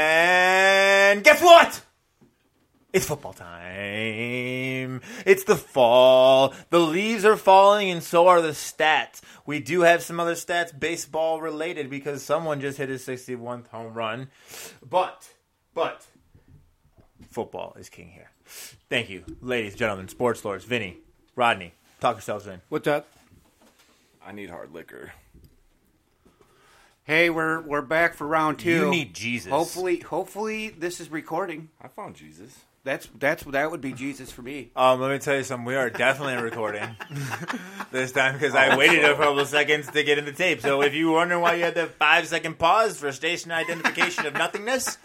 And guess what? It's football time. It's the fall. The leaves are falling, and so are the stats. We do have some other stats baseball related because someone just hit his 61st home run. But, but, football is king here. Thank you, ladies, gentlemen, sports lords, Vinny, Rodney. Talk yourselves in. What's up? I need hard liquor. Hey, we're we're back for round two. You need Jesus. Hopefully, hopefully this is recording. I found Jesus. That's that's that would be Jesus for me. Um, let me tell you something. We are definitely recording this time because I waited a couple of seconds to get in the tape. So if you wonder why you had that five second pause for station identification of nothingness,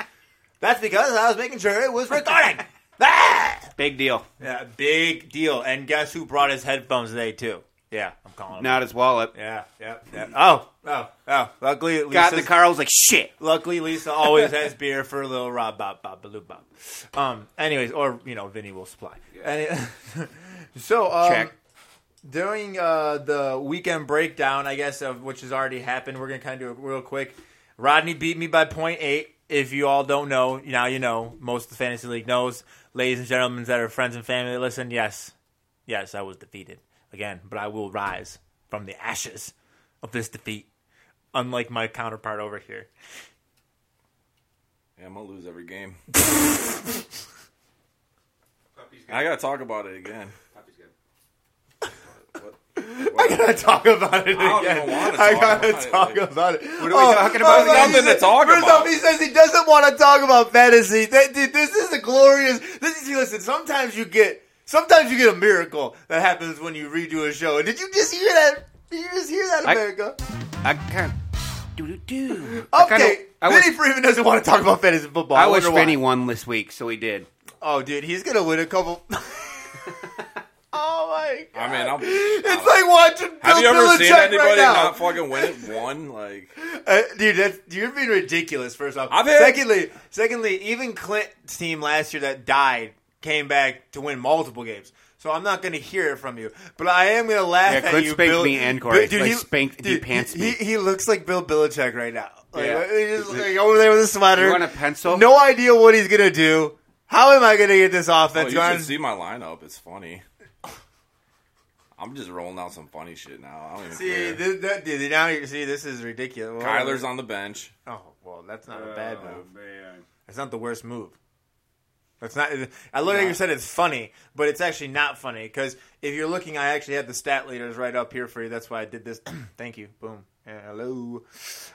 that's because I was making sure it was recording. Ah! Big deal. yeah, big deal. And guess who brought his headphones today too? Yeah, I'm calling. Him. Not his wallet. Yeah, yeah, yeah. Oh, oh, oh. Luckily, Lisa's, Got in the car. I was like, shit. Luckily, Lisa always has beer for little Rob Bob Bob Baloo Bob. Um, anyways, or you know, Vinny will supply. Any- so um, Check. during uh, the weekend breakdown, I guess of which has already happened, we're gonna kind of do it real quick. Rodney beat me by point eight. If you all don't know, now you know. Most of the fantasy league knows. Ladies and gentlemen that are friends and family, that listen. Yes, yes, I was defeated again, but I will rise from the ashes of this defeat. Unlike my counterpart over here. Yeah, I'm gonna lose every game. I gotta talk about it again. What? I gotta talk about it again. don't even wanna I talk gotta about it, talk like- about it. Oh, What are we talking about? There's nothing to talk first about. off, he says he doesn't want to talk about fantasy. That, dude, this is a glorious. This is. see, Listen, sometimes you get. Sometimes you get a miracle that happens when you redo a show. And did you just hear that? Did you just hear that, I- America? I kind of do do do. okay. I Vinny wish, Freeman does't want to talk about fantasy football. I wish wonder why. Vinny won this week, so he did. Oh, dude, he's gonna win a couple. oh my god! I mean, I'm- it's like watching Bill Have you ever Belichick seen anybody right now. not fucking win it? One like Uh, dude, that's, you're being ridiculous. First off, I've had- secondly, secondly, even Clint's team last year that died came back to win multiple games. So I'm not going to hear it from you, but I am going to laugh Yeah, at Clint you. spanked Bill, me and Corey. Dude, Like, he spanked- he dude, pants he, me. He looks like Bill Belichick right now. Like, Yeah. he's just like over there with a sweater. You want a pencil? No idea what he's going to do. How am I going to get this oh, offense you going? should see my lineup. It's funny. I'm just rolling out some funny shit now. I don't even See, care. this, that, dude, now you see this is ridiculous. Kyler's on the bench. Oh well, that's not a Oh. bad move. man. That's not the worst move. That's not. I look like you said it's funny, but it's actually not funny because if you're looking, I actually had the stat leaders right up here for you. That's why I did this. Thank you. Boom. Hello.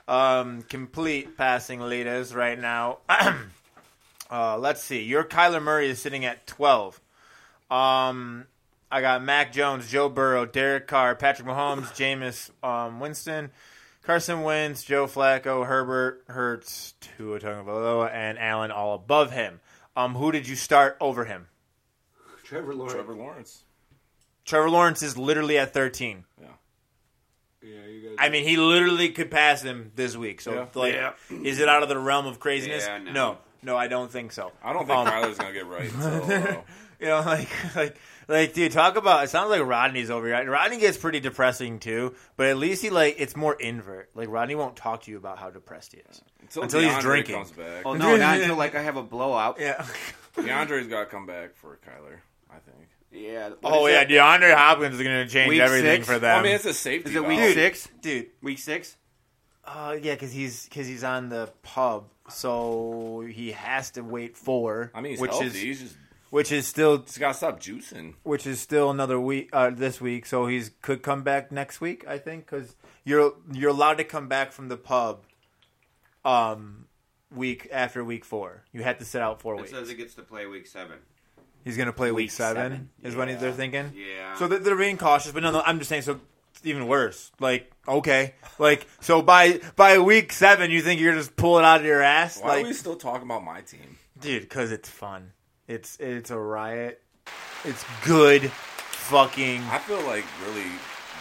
Um, complete passing leaders right now. uh, let's see. Your Kyler Murray is sitting at twelve. Um, I got Mac Jones, Joe Burrow, Derek Carr, Patrick Mahomes, Jameis um, Winston, Carson Wentz, Joe Flacco, Herbert, Hurts, Tua Tagovailoa, and Allen all above him. Um, who did you start over him? Trevor Lawrence. Trevor Lawrence. Trevor Lawrence is literally at 13. Yeah. Yeah, you guys. I mean, he literally could pass him this week. So, Yeah. like, Yeah. is it out of the realm of craziness? Yeah, no. no. no, I don't think so. I don't think Um, Kyler's gonna get right. uh, So, You know, like, like, like, dude, talk about. It sounds like Rodney's over here. Rodney gets pretty depressing too, but at least he like it's more invert. Like Rodney won't talk to you about how depressed he is. until, Until he's DeAndre drinking. comes back. Oh no, not until like I have a blowout. Yeah. DeAndre's got to come back for Kyler, I think. Yeah. what oh is yeah, that? DeAndre Hopkins is going to change Week everything six? for them. I mean, it's a safety. Is it valve. week six? dude. Week six? Uh, yeah, because he's because he's on the pub, so he has to wait four. I mean, he's which healthy. is he's just, which is still just got to stop juicing. which is still another week uh, this week. So he's could come back next week, I think, because you're you're allowed to come back from the pub, um, week after week four. You had to sit out four It weeks. says it gets to play week seven. He's gonna play week, Week seven, seven. Is what they're thinking. Yeah. So they're, they're being cautious, but no, no, I'm just saying. So it's even worse. Like okay, like so by by week seven, you think you're just pulling out of your ass, Why like are we still talking about my team? dude? Because it's fun. It's it's a riot. It's good, fucking. I feel like really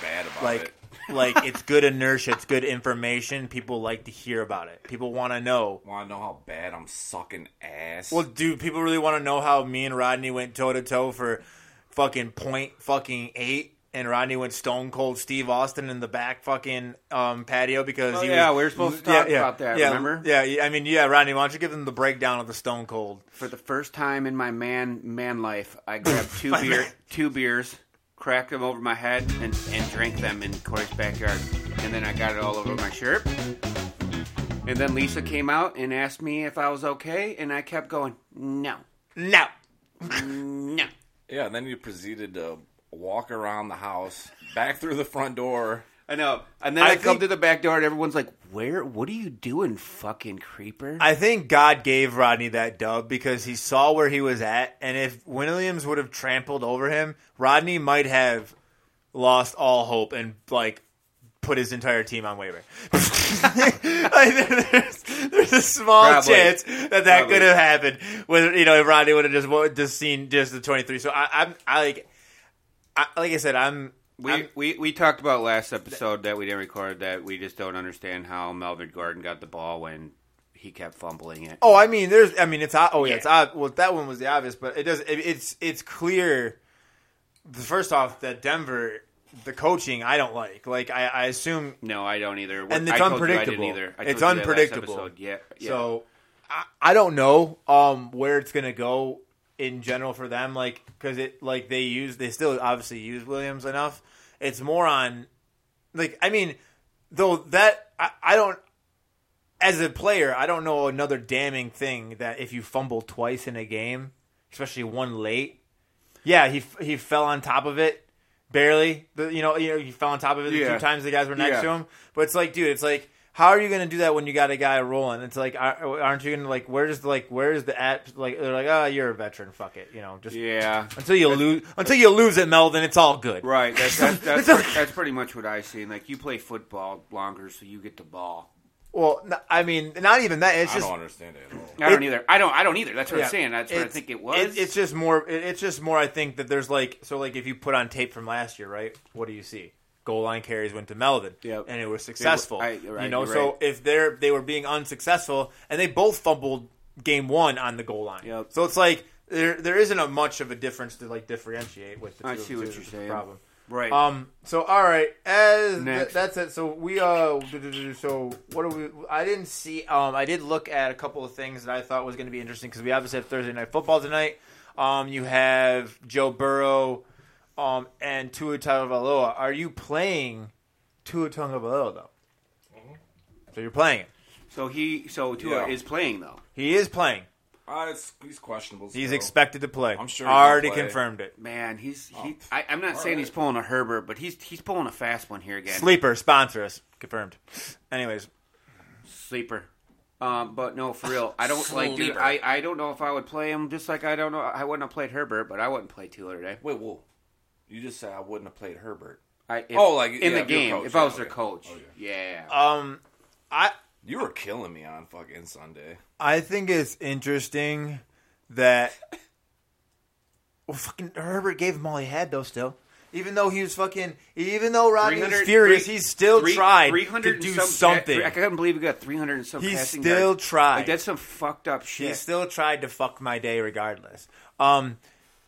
bad about like it. like it's good inertia it's good information people like to hear about it people want to know Want to know how bad I'm sucking ass? well dude people really want to know how me and rodney went toe to toe for fucking point fucking eight and Rodney went stone cold Steve Austin in the back fucking um, patio because Oh, he yeah, was, we were supposed to talk about that, yeah, remember? Yeah, yeah, I mean, yeah, Rodney, why don't you give them the breakdown of the stone cold? For the first time in my man man life, I grabbed two beer two beers, cracked them over my head, and, and drank them in Corey's backyard. And then I got it all over my shirt. And then Lisa came out and asked me if I was okay, and I kept going, no, No. no. Yeah, and then you proceeded to walk around the house, back through the front door. I know. And then I I, come think- to the back door, and everyone's like, "Where? What are you doing, fucking creeper?" I think God gave Rodney that dub because he saw where he was at, and if Williams would have trampled over him, Rodney might have lost all hope and like put his entire team on waiver. Like, there's, there's a small Probably. chance that that Probably. could have happened. Whether you know if Rodney would have just wa- just seen just the twenty three. So I, I'm I like I, like I said I'm We, I'm- we we talked about last episode that we didn't record that we just don't understand how Melvin Gordon got the ball when he kept fumbling it. Oh, I mean, there's. I mean, it's. o- Oh, yeah, Yeah. it's. ob- Well, that one was the obvious, but it does. It, it's. It's clear. The first off that Denver, the coaching, I don't like. Like I, I assume. no, I don't either. And I it's told unpredictable. You I didn't either. I It's told you that last unpredictable. episode. Yeah, yeah. So, I, I don't know um where it's gonna go in general for them. Like because it like they use they still obviously use Williams enough. It's more on like I mean though that I, I don't as a player I don't know another damning thing that if you fumble twice in a game, especially one late. Yeah, he f- he fell on top of it barely. The, you know, you know, he fell on top of it the Yeah. two times the guys were next Yeah. to him. But it's like, dude, it's like how are you going to do that when you got a guy rolling? It's like are- aren't you going to like where's the like where's the at like they're like, "Oh, you're a veteran, fuck it." You know, just yeah, Until you lose, until you lose at Melvin, it's all good. right. That's that's, that's, that's, pretty much what I seen. Like you play football longer, so you get the ball. Well, n- I mean, not even that. It's I just don't understand it at all. I don't either. I don't. I don't either. That's what Yeah. I'm saying. That's what I It's- think it was. it's just more. It, it's just more. I think that there's like so like if you put on tape from last year, right? What do you see? Goal line carries went to Melvin, Yep. and it was successful. I- you're right, you know, you're so right. if they're they were being unsuccessful, and they both fumbled game one on the goal line, Yep. so it's like there there isn't a much of a difference to like differentiate with. The I two of see the what two, you're which is the saying. Problem. right. Um. So all right, as th- Next. that's it. So we uh. do- do- do- So what do we? I didn't see. Um. I did look at a couple of things that I thought was going to be interesting because we obviously have Thursday night football tonight. Um. You have Joe Burrow, um, and Tua Tagovailoa. Are you playing Tua Tagovailoa though? Mm-hmm. So you're playing it. so he. So Tua Yeah. is playing though. He is playing. Uh, it's, he's questionable. He's still. expected to play. Oh. I'm sure he's gonna Already play. confirmed it. Man, he's he. Oh. I, I'm not All saying right. he's pulling a Herbert, but he's he's pulling a fast one here again. Sleeper sponsor us. Confirmed. Anyways. Sleeper. Um, but no, for real, I don't like. Dude, Sleeper. I, I don't know if I would play him. Just like I don't know, I wouldn't have played Herbert, but I wouldn't play Tua today. Wait, whoa. You just said I wouldn't have played Herbert. I, if- Oh, like, in yeah, the if you're game, coach, if yeah, I was their okay. coach, Oh, yeah. yeah. Um. I. You were killing me on fucking Sunday. I think it's interesting that well, fucking Herbert gave him all he had though. Still, even though he was fucking, even though Rodney was 300 furious, three- he still Three- tried 300 to and do some- something. I couldn't believe he got 300 and some He passing still yards. tried. Like, that's some fucked up shit. He still tried to fuck my day regardless. Um,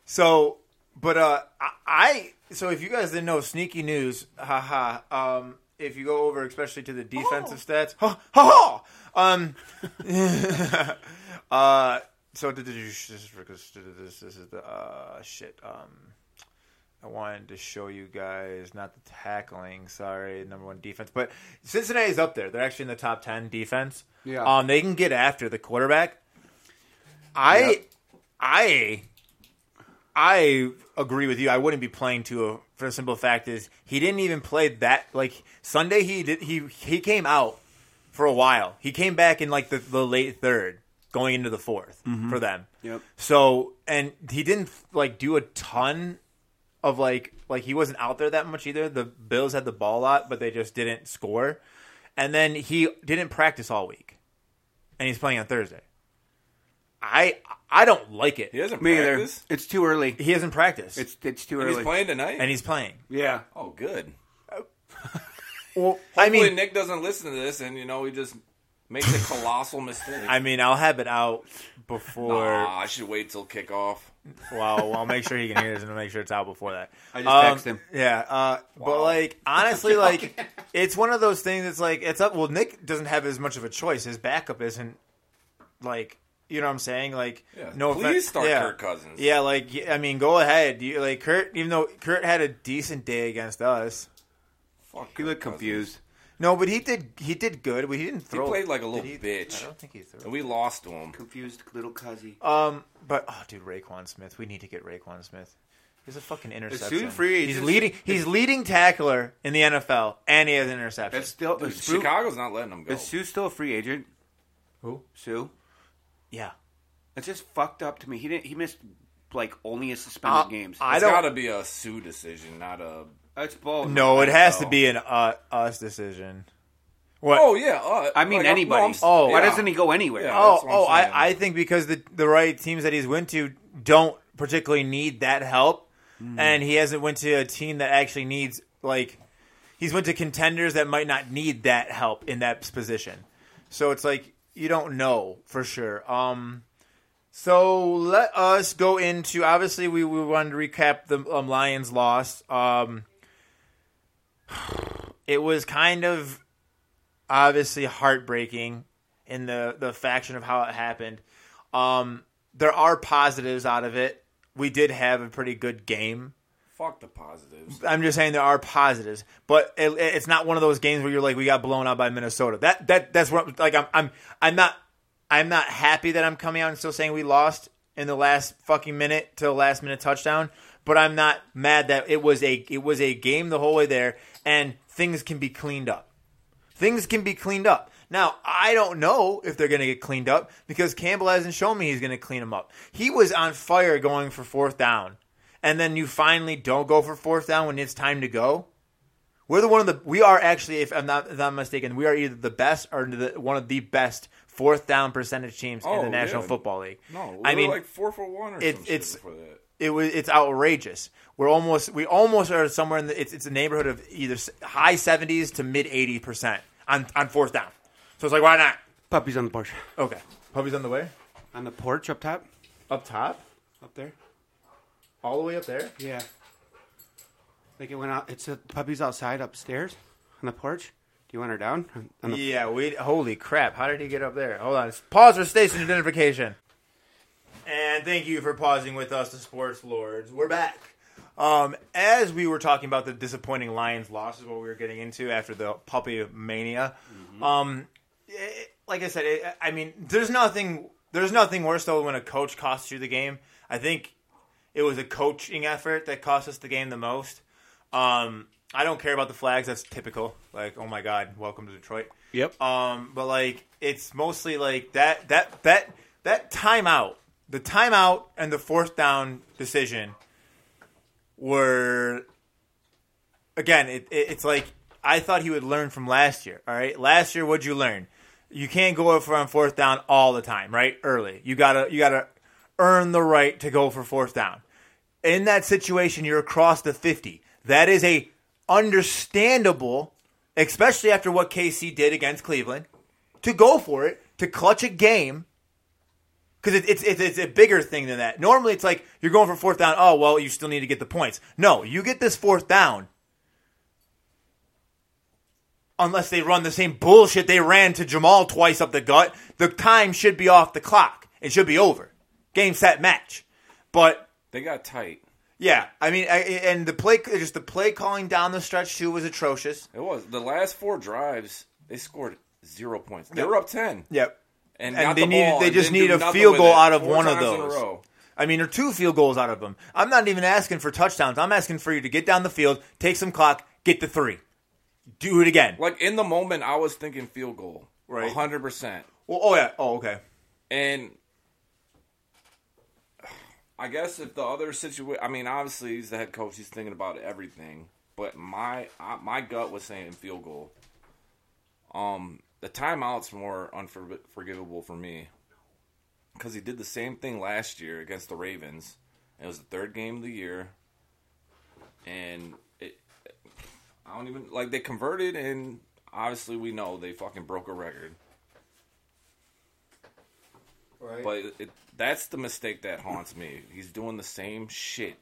so, but uh, I, I so if you guys didn't know, sneaky news, haha. Um, if you go over, especially to the defensive Oh. stats, ha ha. ha! Um, uh, so did you? This is this is the uh shit. Um. I wanted to show you guys not the tackling, sorry, number one defense, but Cincinnati's up there. They're actually in the top ten defense. Yeah. um, they can get after the quarterback. I, Yep. I, I agree with you. I wouldn't be playing Tua for the simple fact is he didn't even play that. Like Sunday, he did. He he came out for a while. He came back in like the, the late third, going into the 4th for them. Yep. So and he didn't like do a ton of like like he wasn't out there that much either. The Bills had the ball a lot, but they just didn't score. And then he didn't practice all week, and he's playing on Thursday. I I don't like it. He doesn't Me either. practice. It's too early. He hasn't practiced, It's it's too He's early. playing tonight. and he's playing. yeah. oh, good. Well, I I mean, mean, Nick doesn't listen to this, and you know he just makes a colossal mistake. I mean, I'll have it out before. Nah, I should Ah, wait till kickoff. Well, I'll make sure he can hear this and make sure it's out before that. Um, I just text him. Yeah, uh, but like honestly, like it's one of those things. It's like it's up. Well, Nick doesn't have as much of a choice. His backup isn't like you know what I'm saying. Like Yeah, no, please offense- start yeah. Kirk Cousins. Yeah, like y- I mean, go ahead. You like Kurt, even though Kurt had a decent day against us. Fuck He looked Kirk Cousins. confused. No, but he did. He did good. But he didn't throw. played like a little did bitch. I don't think he threw. And we lost to him. Confused little cuzzy. Um, but oh, dude, Raquan Smith. We need to get Raquan Smith. He's a fucking interception. free he's agents- leading. He's leading tackler in the NFL, and he has an interception. That's still Dude, is Sue, Chicago's not letting him go. is Sue still a free agent? Who? Sue? Yeah, That's just fucked up to me. He didn't. He missed like only his suspended Uh, games. I It's don't. got to be a Sue decision, not a. That's bull. no, it has to Oh. be an uh, us decision. What? Oh yeah, uh, I mean like, anybody. I'm- no, I'm- Oh. why yeah. doesn't he go anywhere? Yeah. oh, that's what I'm oh saying. I, I think because the the right teams that he's went to don't particularly need that help, Mm-hmm. and he hasn't went to a team that actually needs like he's went to contenders that might not need that help in that position. So it's like you don't know for sure. Um, so let us go into obviously we, we wanted to recap the um, Lions loss. Um, it was kind of obviously heartbreaking in the the faction of how it happened. Um, there are positives out of it. We did have a pretty good game. Fuck the positives. I'm just saying there are positives, but it, it's not one of those games where you're like, we got blown out by Minnesota. That that that's what like I'm I'm I'm not I'm not happy that I'm coming out and still saying we lost in the last fucking minute to the last minute touchdown. But I'm not mad that it was a it was a game the whole way there, and things can be cleaned up things can be cleaned up. Now, I don't know if they're going to get cleaned up because Campbell hasn't shown me he's going to clean them up. He was on fire going for fourth down. And then you finally don't go for fourth down when it's time to go. We're the one of the we are actually if I'm not if I'm mistaken, we are either the best or the, one of the best fourth down percentage teams in Oh, the National yeah. Football League. No, we I were mean like four for one or it- some it's- shit before that. it was it's outrageous. We're almost we almost are somewhere in the it's, it's a neighborhood of either s- high 70s to mid 80% on on fourth down. So it's like why not? Puppies on the porch. Okay. Puppy's on the way? On the porch up top. Up top? Up there. All the way up there? Yeah. Like it went out. It's a puppies outside upstairs on the porch. Do you want her down? On the, Yeah, we holy crap. How did he get up there? Hold on. Pause for station identification. And thank you for pausing with us, the sports lords. We're back. Um, as we were talking about the disappointing Lions loss is what we were getting into after the puppy mania. Mm-hmm. Um, it- like I said, it, I mean, there's nothing, there's nothing worse though when a coach costs you the game. I think it was a coaching effort that cost us the game the most. Um, I don't care about the flags. That's typical. Like, oh my god, welcome to Detroit. Yep. Um, but like, it's mostly like that that that that timeout, the timeout, and the fourth down decision were again. It, it, it's like I thought he would learn from last year. All right, last year, what'd you learn? You can't go for on fourth down all the time, right? Early, you gotta you gotta earn the right to go for fourth down in that situation you're across the 50 that is a understandable especially after what kc did against cleveland to go for it to clutch a game because it, it's, it's it's a bigger thing than that normally it's like you're going for fourth down oh well you still need to get the points no you get this fourth down unless they run the same bullshit they ran to jamal twice up the gut the time should be off the clock it should be over game set match but They got tight. yeah, I mean, I, and the play, just the play calling down the stretch too was atrocious. It was the last four drives. They scored zero points. They Yep. were up ten. Yep. and, And got they the needed- ball they and just didn't do needed a nothing field with goal it out of four one of times in a those. row. I mean, or two field goals out of them. I'm not even asking for touchdowns. I'm asking for you to get down the field, take some clock, get the three, do it again. Like in the moment, I was thinking field goal, Right. hundred percent. Well, oh yeah. Oh okay. And I guess if the other situation, I mean, obviously he's the head coach; he's thinking about everything. But my I, my gut was saying field goal. Um, the timeout's more unforgivable for me because he did the same thing last year against the Ravens. It was the third game of the year, and it, I don't even like they converted, and obviously we know they fucking broke a record. Right. But it, it, that's the mistake that haunts me. He's doing the same shit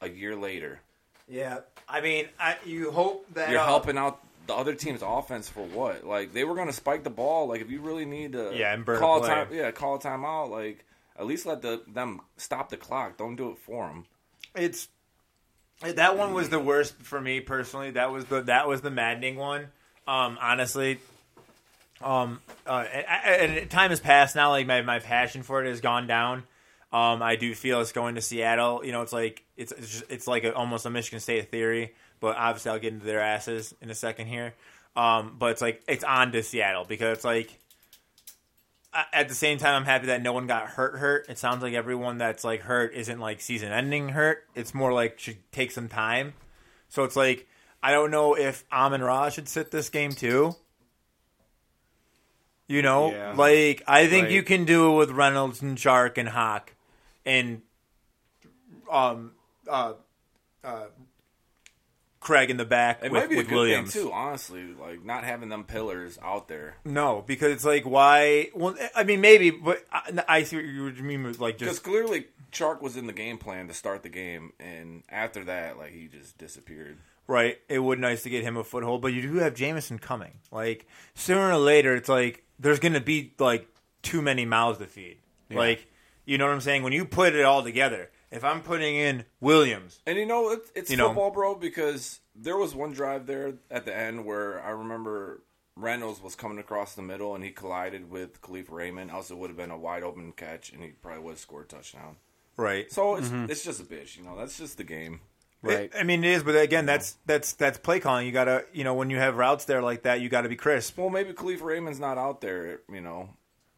a year later. Yeah, I mean, I, you hope that You're uh, helping out the other team's offense for what? Like they were going to spike the ball. Like if you really need to, Yeah, and burn a call play. time, yeah, call a timeout. Like at least let the them stop the clock. Don't do it for them. It's that one was the worst for me personally. That was the that was the maddening one. Um, honestly, um, uh, and, and and time has passed now. Like my my passion for it has gone down. Um, I do feel it's going to Seattle. You know, it's like it's it's, just, it's like a, almost a Michigan State theory, but obviously I'll get into their asses in a second here. Um, but it's like it's on to Seattle because it's like I- at the same time, I'm happy that no one got hurt. Hurt. It sounds like everyone that's like hurt isn't like season-ending hurt. It's more like should take some time. So it's like I don't know if Amon Ra should sit this game too. You know, Yeah. like I think you Like- can do it with Reynolds and Shark and Hawk, and um uh uh Craig in the back It with, might be a with good Williams thing too, honestly. Like not having them pillars out there No, because it's like why? Well, I mean, maybe, but I, I see what you what you mean with like because just clearly Shark was in the game plan to start the game, and after that, like he just disappeared. right. It would nice to get him a foothold, but you do have Jameson coming. Like sooner or later, it's like there's going to be like too many mouths to feed. Like you know what I'm saying? When you put it all together, if I'm putting in Williams, And you know, it, it's You know. football, bro, because there was one drive there at the end where I remember Reynolds was coming across the middle and he collided with Khalif Raymond. Also, would have been a wide open catch and he probably would have scored a touchdown. right? So it's, Mm-hmm. it's just a bitch, you know, that's just the game. Right. I mean, it is, but again, that's that's that's play calling. You gotta, you know, when you have routes there like that, you gotta be crisp. Well, maybe Khalif Raymond's not out there, you know,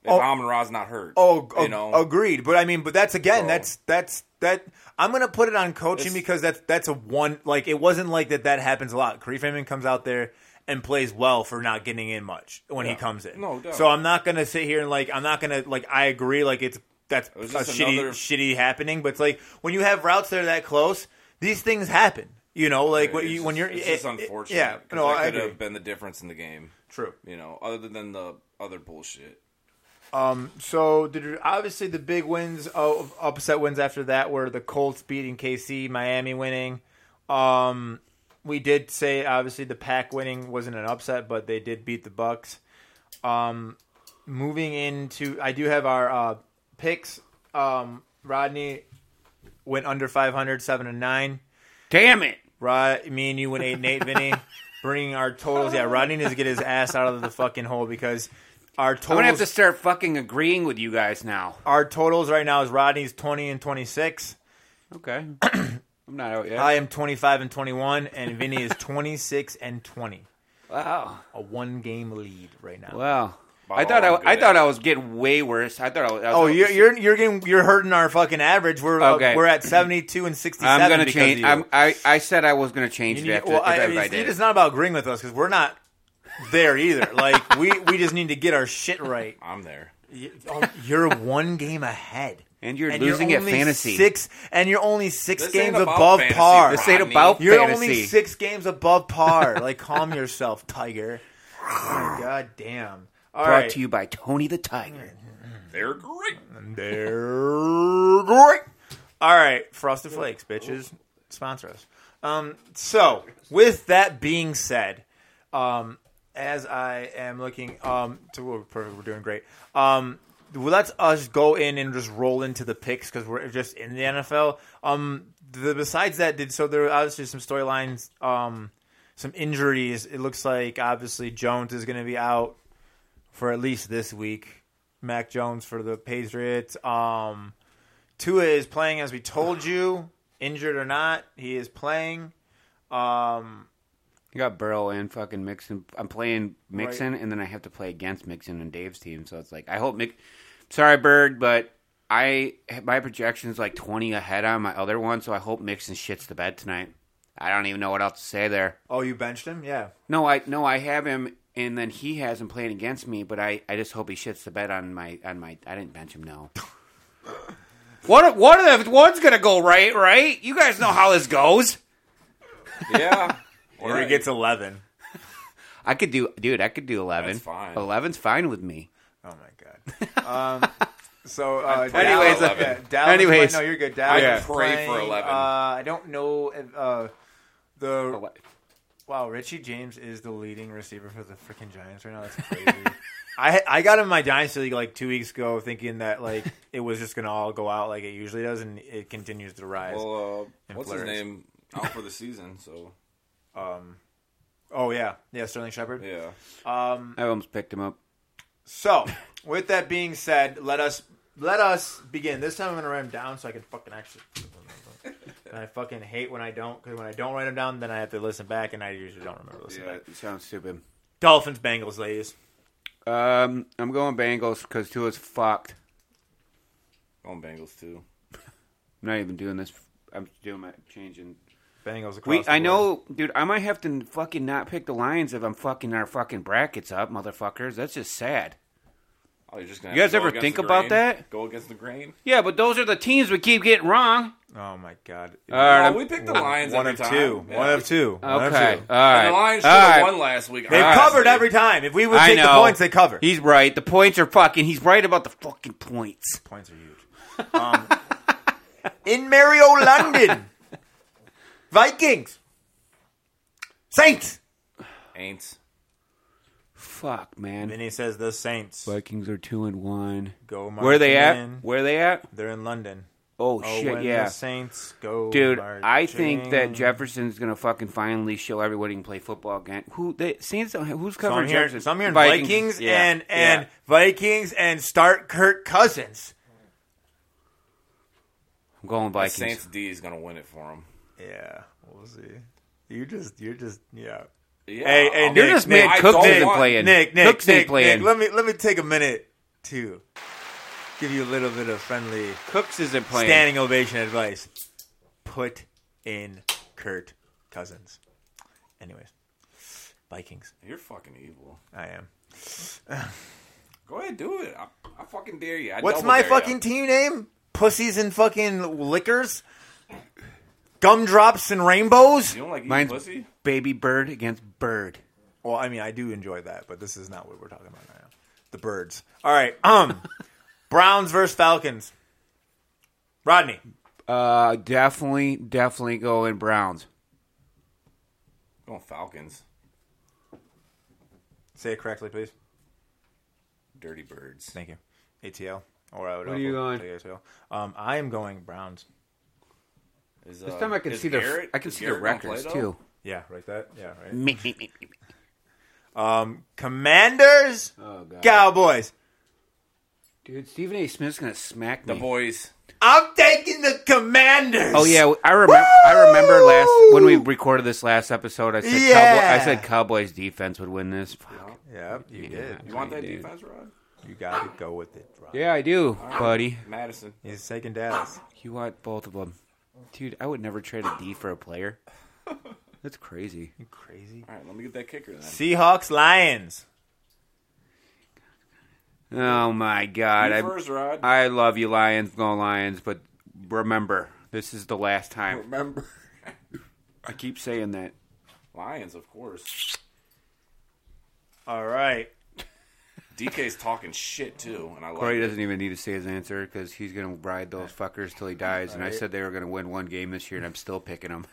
if Oh. Amon Ra's not hurt. Oh, you ag- know, agreed. But I mean, but that's again, So- that's that's that. I'm gonna put it on coaching It's- because that's that's a one. Like it wasn't like that. That happens a lot. Kareem Raymond comes out there and plays well for not getting in much when he Yeah. comes in. No doubt. So I'm not gonna sit here and like I'm not gonna like I agree. Like it's that's a was just shitty another- shitty happening. But it's like when you have routes that are that close, these things happen. You know, like when, it's you, when just- you're it's it- just it- unfortunate. Yeah, 'cause no, that I could agree. have been the difference in the game, True. you know, other than the other bullshit. So did obviously the big wins, oh, upset wins after that were the Colts beating KC, Miami winning. Um, we did say obviously the Pack winning wasn't an upset, but they did beat the Bucks. Um, moving into, I do have our uh, picks. Um, Rodney went under 500, seven and nine. Damn it! Rod, me and you went eight and eight, Vinny. Bringing our totals, yeah. Rodney needs to get his ass out of the fucking hole because our I'm totals gonna have to start fucking agreeing with you guys now. our totals right now is Rodney's 20 and 26. Okay. I'm not out yet. I am 25 and 21, and Vinny is 26 and 20. wow. A one game lead right now. Wow. By I thought all I, good I thought at- I was getting way worse. I thought I was. I was Oh, you're you're you're getting you're hurting our fucking average. We're uh, Okay. we're at 72 and 67. I'm gonna because change. of you. I'm, I I said I was gonna change You it need- after, well, if I, I, I mean, I it's, did. it is not about agreeing with us because we're not there either. Like we we just need to get our shit right. I'm there. You- oh, You're one game ahead. And you're losing at only fantasy. Six, and you're only six This ain't games about above fantasy, par. This ain't Rodney. about You're fantasy. only six games above par. like, calm yourself, Tiger. Oh, God damn. All Brought right. to you by Tony the Tiger. They're great. They're great. All right, Frosted Flakes, bitches, sponsor us. Um, so with that being said, um, as I am looking, um, to we're, perfect, we're doing great. Um, well, let's us go in and just roll into the picks because we're just in the NFL. Um, the, besides that, did so there were obviously some storylines, um, some injuries. It looks like obviously Jones is going to be out for at least this week. Mac Jones for the Patriots. Um, Tua is playing as we told you, injured or not, he is playing. Um, You got Burrow and fucking Mixon. I'm playing Mixon, and then I have to play against Mixon and Dave's team. So it's like I hope Mick. Sorry, Bird, but I my projection's like 20 ahead on my other one. So I hope Mixon shits the bed tonight. I don't even know what else to say there. oh, you benched him? Yeah. No, I no, I have him, and then he has him playing against me. But I, I just hope he shits the bed on my on my. I didn't bench him. No. What one of the one's gonna go right, right? You guys know how this goes. Yeah. Or he Yeah. gets 11. I could do, dude. I could do eleven. That's fine. Eleven's fine with me. Oh, my God. Um, So, uh, praying for Dallas- 11. yeah, Dallas- Anyways. no, you're good. Dallas I is pray playing, for 11. Uh, I don't know. if, Uh, the What? wow, Richie James is the leading receiver for the freaking Giants right now. That's crazy. I I got in my dynasty league like two weeks ago, thinking that like it was just gonna all go out like it usually does, and it continues to rise. Well, uh, And what's Flores. his name out for the season? So um, oh yeah, yeah, Sterling Shepard. yeah, Um, I almost picked him up. so with that being said, let us let us begin. This time I'm gonna write them down so I can fucking actually. And I fucking hate when I don't because when I don't write them down, then I have to listen back, and I usually don't remember listening Yeah. back. Sounds stupid. Dolphins, Bengals, ladies. Um, I'm going Bengals because Tua's fucked. on Bengals too. I'm not even doing this. I'm doing my changing. Bengals. Across We, the I board. know, dude. I might have to fucking not pick the Lions if I'm fucking our fucking brackets up, motherfuckers. That's just sad. Oh, you're just gonna. You have to guys ever go against think the about grain? that? Go against the grain. Yeah, but those are the teams we keep getting wrong. Oh my god. right, oh, I'm- we picked the Lions one every of time. two. Yeah. One of two. Okay, Uh, all One of two. right. And the Lions should all have right. won last week. They've honestly. covered every time. If we would I take know. the points, they cover. He's right. The points are fucking. He's right about the fucking points. points are huge. Um, in Mario London, Vikings, Saints. Ain't. Fuck, man. Vinny says the Saints. Vikings are two and one. Go march Where are they at? in. Where are they at? They're in London. Oh, Oh, shit! when Yeah, the Saints go. dude. I think that marching. Jefferson's gonna fucking finally show everybody can play football again. Who they Saints? don't have- Who's So I'm covering hearing, Jefferson? so I'm hearing Vikings, yeah, and and Vikings and start Kirk Cousins. I'm going Vikings. Saints D is gonna win it for him. Yeah, we'll see. You just, you're just, yeah. Yeah, Hey, hey, I'll- Nick, You're just Nick, mad I Cooks don't isn't want- playing. Nick, Nick, Cooks Nick, ain't playing. Nick, let me let me take a minute to give you a little bit of friendly Cooks isn't playing. standing ovation advice. Put in Kurt Cousins. Anyways, Vikings. You're fucking evil. I am. Go ahead, do it. I, I fucking dare you. I What's double my dare fucking You. team name? Pussies and fucking liquors. Gumdrops and rainbows. You don't like eating Mine's- pussy? Baby bird against bird. Well, I mean, I do enjoy that, but this is not what we're talking about right now. The birds. All right. Um, Browns versus Falcons. Rodney. Uh, definitely, definitely going Browns. Go on Falcons. Say it correctly, please. Dirty birds. Thank you. ATL. Or I would What are you going? also take ATL. Um, I am going Browns. Is, This uh, time I can is see their Garrett- I can is see their Garrett gonna records play, though? too. Yeah, right that. Yeah, right. Me, me, me, me. Commanders, Oh god, Cowboys. dude, Stephen A. Smith's gonna smack The me. boys. I'm taking the Commanders. Oh yeah, I remember. I remember last when we recorded this last episode. I said, Yeah. Cowboy, I said Cowboys defense would win this. Fuck. Yep, you did. You want that Dude. defense, Rod? You got to go with it, Rodney. Yeah, I do, buddy. Madison. He's taking Dallas. You want both of them, dude? I would never trade a D for a player. That's crazy. You crazy. All right, let me get that kicker then. Seahawks, Lions. Oh my god, You I first, Rod. I love you, Lions. Go Lions! But remember, this is the last time. remember. I keep saying that. Lions, of course. All right. DK's talking shit too, and I like. Corey it. doesn't even need to say his answer because he's gonna ride those fuckers till he dies. And I said they were gonna win one game this year, and I'm still picking them.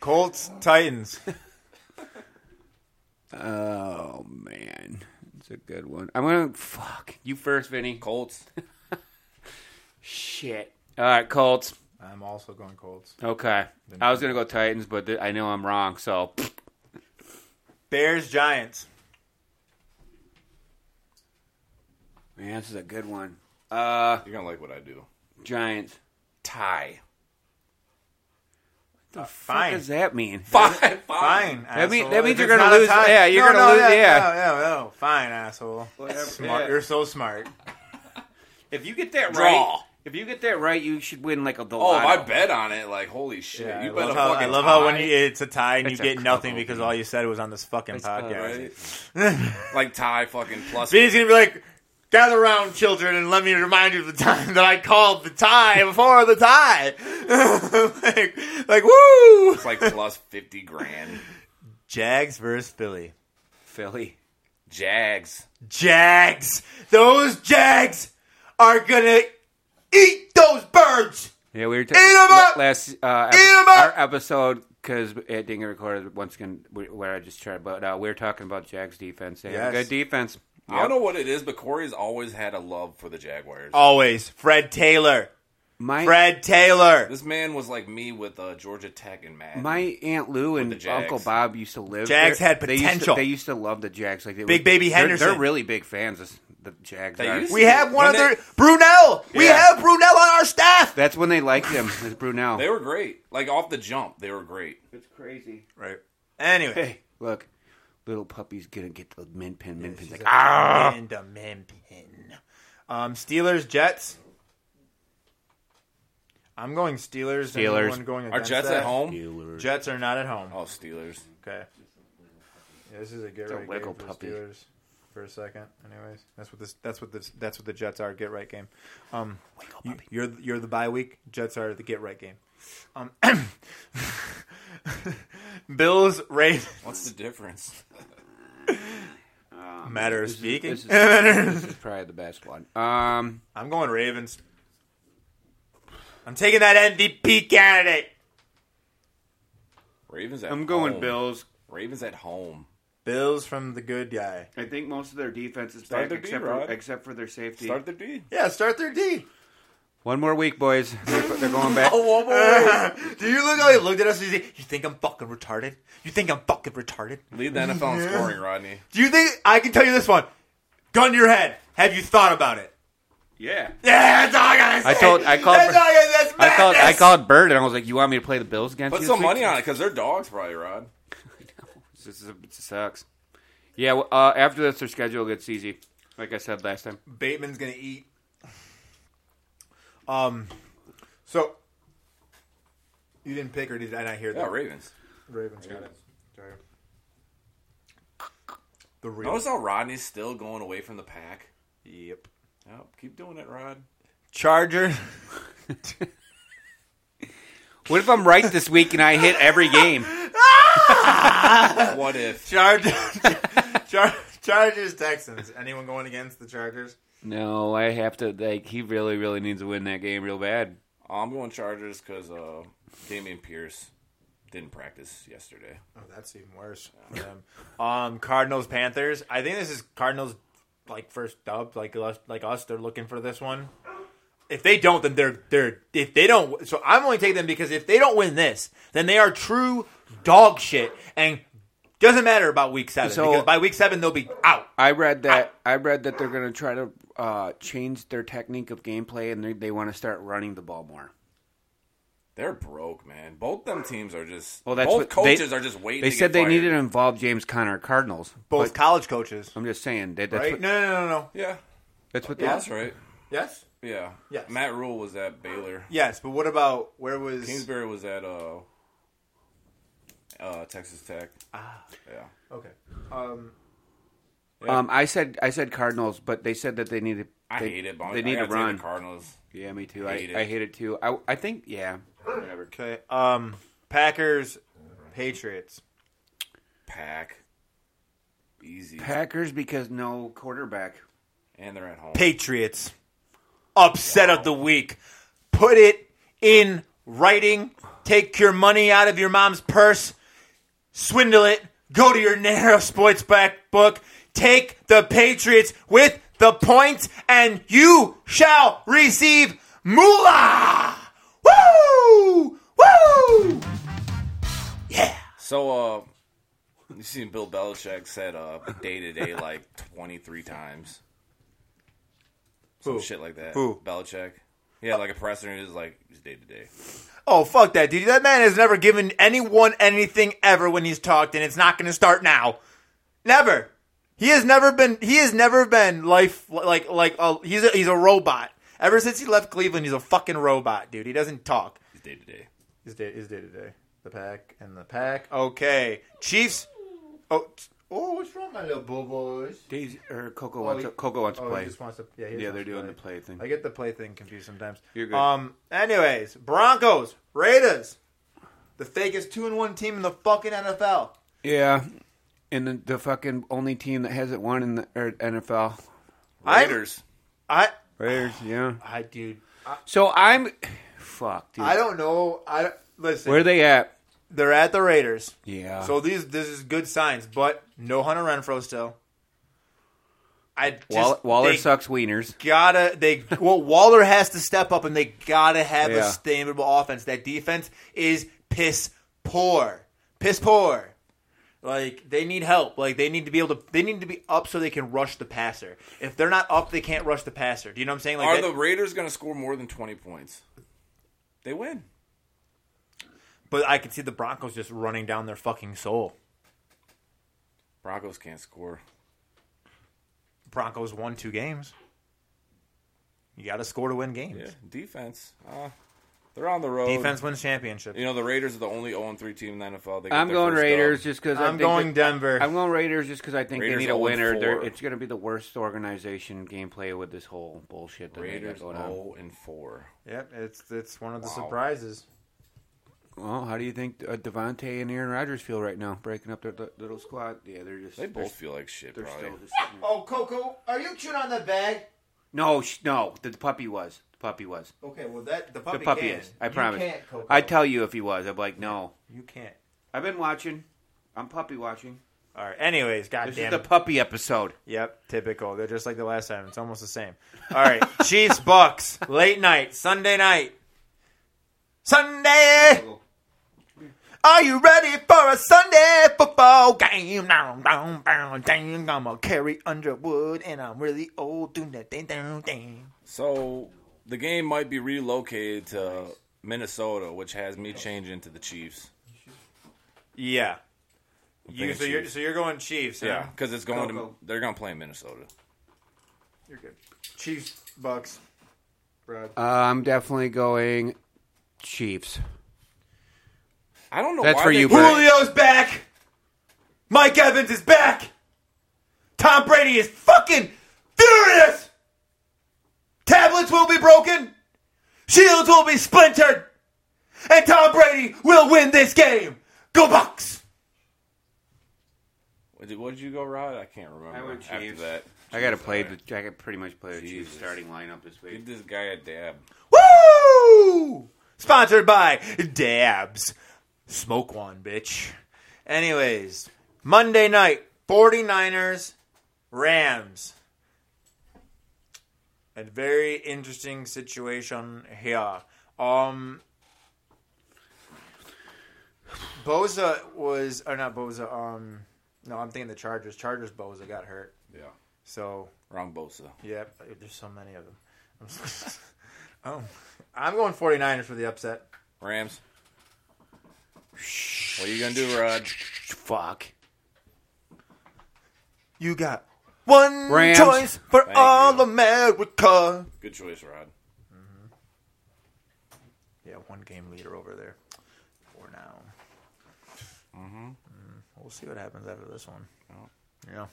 Colts, Titans. Oh man, it's a good one. I'm gonna fuck you first, Vinny. Colts. Shit. All right, Colts. I'm also going Colts. Okay, I was gonna go Titans, but th- I know I'm wrong. So Bears, Giants. man, this is a good one. Uh, You're gonna like what I do. Giants. Tie. The fuck fine. does that mean? Fine. Fine. Fine. That mean- asshole. that means If you're it's gonna not a lose- tie- yeah, you're No, gonna no, lose- no, yeah. No, no, no. Fine, asshole. Smart. You're so smart. If you get that Draw. right, if you get that right, you should win like a the Oh, if I lotto. bet on it, like holy shit! Yeah, you I bet love, a how, fucking I love how when tie, you, it's a tie and you It's a get nothing cuckold because game. all you said was on this fucking cuckold, podcast. right? like tie fucking plus. Vinny's gonna be like, gather round, children, and let me remind you of the time that I called the tie before the tie. like, like, woo! It's like plus fifty grand. Jags versus Philly. Philly. Jags. Jags. Those Jags are gonna eat those birds. Yeah, we were ta- 'em la- up! last uh, epi- 'em up! our episode because it didn't get recorded once again wh- where I just tried, but uh, we were talking about Jags defense. They have a Yes. good defense. I Yep. don't know what it is, but Corey's always had a love for the Jaguars. Always, Fred Taylor. My Fred Taylor. This man was like me with uh, Georgia Tech and Madden. my aunt Lou and the Jags. Uncle Bob used to live. Jags there. had They used, to, potential. they used to love the Jags. Like they Big were- Baby they're- They're, Henderson. really big fans. of The Jags. They are. used to- We have one When of their they- Brunel. We Yeah. have Brunel on our staff. That's when they liked him. Is Brunel? They were great. Like off the jump, they were great. it's crazy. Right. Anyway. Look, little puppy's gonna get the min pin. Min pin's like, ah, Ah. And a man pin. Um, Steelers, Jets. I'm going Steelers. Steelers. Anyone going Are against Jets that? at home? Steelers. Jets are not at home. Oh, Steelers. Okay. Yeah, this is a get a right wiggle game for puppy. the Steelers for a second. Anyways, that's what this. That's what this. That's what the Jets are. Get right game. Um, you, you're you're the bye week. Jets are the get right game. Um, Bills Ravens. What's the difference? Matter of speaking. This is, this is probably the best one. Um, I'm going Ravens. I'm taking that MVP candidate. Ravens at I'm going home. Bills. Ravens at home. Bills from the good guy. I think most of their defense is Start back, their D, except for, Rod. except for their safety. Start the D. Yeah, start their D. One more week, boys. They're, they're going back. Oh, Do you look how he looked at us? He's like, you think I'm fucking retarded? You think I'm fucking retarded? Lead the NFL in scoring, Rodney. Do you think I can tell you this one? Gun to your head. Have you thought about it? Yeah. Yeah, that's all I gotta say. I told- I called That's for- all I gotta say. That's I called. I madness. called Bird, and I was like, "You want me to play the Bills against Put you?" some money on it because they're dogs, probably, Rod. This, is, this sucks. Yeah. well, Uh, after this, their schedule gets easy. Like I said last time. Bateman's gonna eat. Um, so you didn't pick, or did I not hear Yeah, that? Ravens. Ravens got it. Sorry. The real. Notice how Rodney's still going away from the pack. Yep. Yep, keep doing it, Rod. Chargers. What if I'm right this week and I hit every game? What if? Chargers. Char- Chargers. Texans. Anyone going against the Chargers? No, I have to. Like, he really, really needs to win that game real bad. I'm going Chargers because uh, Damian Pierce didn't practice yesterday. Oh, that's even worse. For them. um, Cardinals. Panthers. I think this is Cardinals. Like first dub. Like us. Like us. They're looking for this one. If they don't, then they're they're if they don't. So I'm only taking them because if they don't win this, then they are true dog shit and. Doesn't matter about week seven So- because by week seven they'll be out. I read that. I read that they're going to try to uh, change their technique of gameplay, and they, they want to start running the ball more. They're broke, man. Both them teams are just. Well, that's both what- they- coaches are just waiting. They to said get they fired. needed to involve James Conner, Cardinals. Both But college coaches, I'm just saying that, that's right? what, No, no, no, no, no. Yeah, that's what they. yeah, that's right. Yes. Yeah, Yes. Matt Rule was at Baylor. Yes, but what about where was Kingsbury was at uh, uh, Texas Tech. Ah, yeah. Okay. Um, Um, I said I said Cardinals, but they said that they need to. I they, hate it, but they I need to gotta take run. The Cardinals. yeah, me too. I Hate it. I hate it too. I I think yeah. Whatever. okay. Um, Packers, Patriots. Pack. Easy. Packers because no quarterback. And they're at home. Patriots. Upset of the week. Put it in writing. Take your money out of your mom's purse. Swindle it. Go to your narrow sports back book. Take the Patriots with the points, and you shall receive moolah. Woo! Woo! Yeah. So, uh, you seen Bill Belichick said uh, day to day like 23 times. Some Who? shit like that. Who? Belichick. Yeah, like a presser and he's like, he's day to day. Oh fuck that dude! That man has never given anyone anything ever when he's talked, and it's not going to start now. Never. He has never been. He has never been life like like uh, he's a, he's a robot. Ever since he left Cleveland, he's a fucking robot, dude. He doesn't talk. He's day to day. Is day is day to day the pack and the pack? Okay, Chiefs. Oh, t- oh, what's wrong, my little bull boys? Dave's, or Coco Oh, wants he- to, Coco wants to Oh, play. he just wants to. Yeah, he just yeah, wants they're to doing the play. play thing. I get the play thing confused sometimes. You're good. Um. Anyways, Broncos, Raiders, the fakest two and one team in the fucking NFL. yeah, in the, the fucking only team that hasn't won in the er, NFL. I'm- Raiders. I, Raiders, yeah. I, dude, So I'm, fuck, dude. I don't know. I don't- listen. Where are they at? They're at the Raiders. Yeah. So these this is good signs, but no Hunter Renfro still. I just, Wall- Waller they sucks wieners. gotta they well Waller has to step up and they gotta have a Yeah. sustainable offense. That defense is piss poor, piss poor. Like they need help. Like they need to be able to they need to be up so they can rush the passer. If they're not up, they can't rush the passer. Do you know what I'm saying? Like Are that- the Raiders going to score more than 20 points? They win. but I could see the Broncos just running down their fucking soul. Broncos can't score. Broncos won two games. You got to score to win games. Yeah, defense. Uh, they're on the road. Defense wins championships. You know, the Raiders are the only 0 3 team in the NFL. They got I'm their going first Raiders dub. just because I'm going Denver. I'm going Raiders just because I think Raiders they need a 0 and winner. They're, four. it's going to be the worst organization gameplay with this whole bullshit that Raiders Raiders they got going on. 0 and 4. Yep, it's it's one of the Wow. surprises. Well, how do you think uh, Devontae and Aaron Rodgers feel right now, breaking up their li- little squad? Yeah, they're just They they're, both feel like shit, they're probably. still just sitting there. Oh, Coco, are you chewing on the bag? no, sh- no. The, the puppy was the puppy was Okay, well that the the puppy, puppy can. is. I You promise. can't, Coco. I tell you if he was. I'm like no. you can't. I've been watching. I'm puppy watching. All right. Anyways, This goddamn. is the puppy episode. Yep, typical. They're just like the last time. It's almost the same. All right, Chiefs Bucks late night Sunday night. Sunday. Are you ready for a Sunday football game? Down, down, down, dang. I'm a Carrie Underwood, and I'm really old. Do that, ding, ding, ding. So the game might be relocated to Minnesota, which has me changing to the Chiefs. Yeah. You thinking so you're Chiefs. so you're going Chiefs? huh? Yeah, because it's going Go, go. to they're going to play in Minnesota. you're good. Chiefs Bucks. Brad. Uh, I'm definitely going Chiefs. I don't know. That's why for they- you, Bert. Julio's back. Mike Evans is back. Tom Brady is fucking furious. Tablets will be broken. Shields will be splintered. And Tom Brady will win this game. Go Bucks. What did, what did you go, Rod? I can't remember. I went After Chiefs. that, I got to play. The, I got pretty much play the Chiefs Jesus. starting lineup this give week. this guy a dab. Woo! Sponsored by Dabs. Smoke one, bitch. Anyways, Monday night, 49ers, Rams. A very interesting situation here. Um, Boza was, or not Boza, um, no, I'm thinking the Chargers. Chargers Boza got hurt. Yeah, So wrong Bosa. Yep, there's so many of them. I'm oh, I'm going 49ers for the upset. Rams. What are you gonna do, Rod? Fuck. You got one Rams. choice for Thank all you. America. Good choice, Rod. Yeah, one game leader over there for now. Mm-hmm. Mm-hmm. We'll see what happens after this one. Yeah,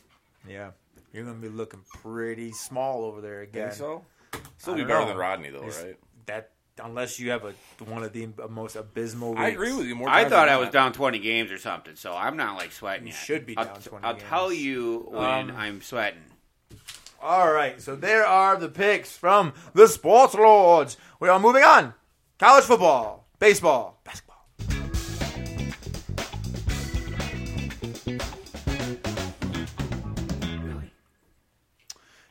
yeah. You're gonna be looking pretty small over there again. Think so? Still I be don't better know. than Rodney, though, It's- right? That unless you have a one of the most abysmal. I weeks. agree with you. More I times thought than I was not. down 20 games or something, so I'm not like sweating. You yet. should be I'll, down 20 I'll games. tell you when Um, I'm sweating. All right, so there are the picks from the sports lords. We are moving on. College football, baseball, basketball.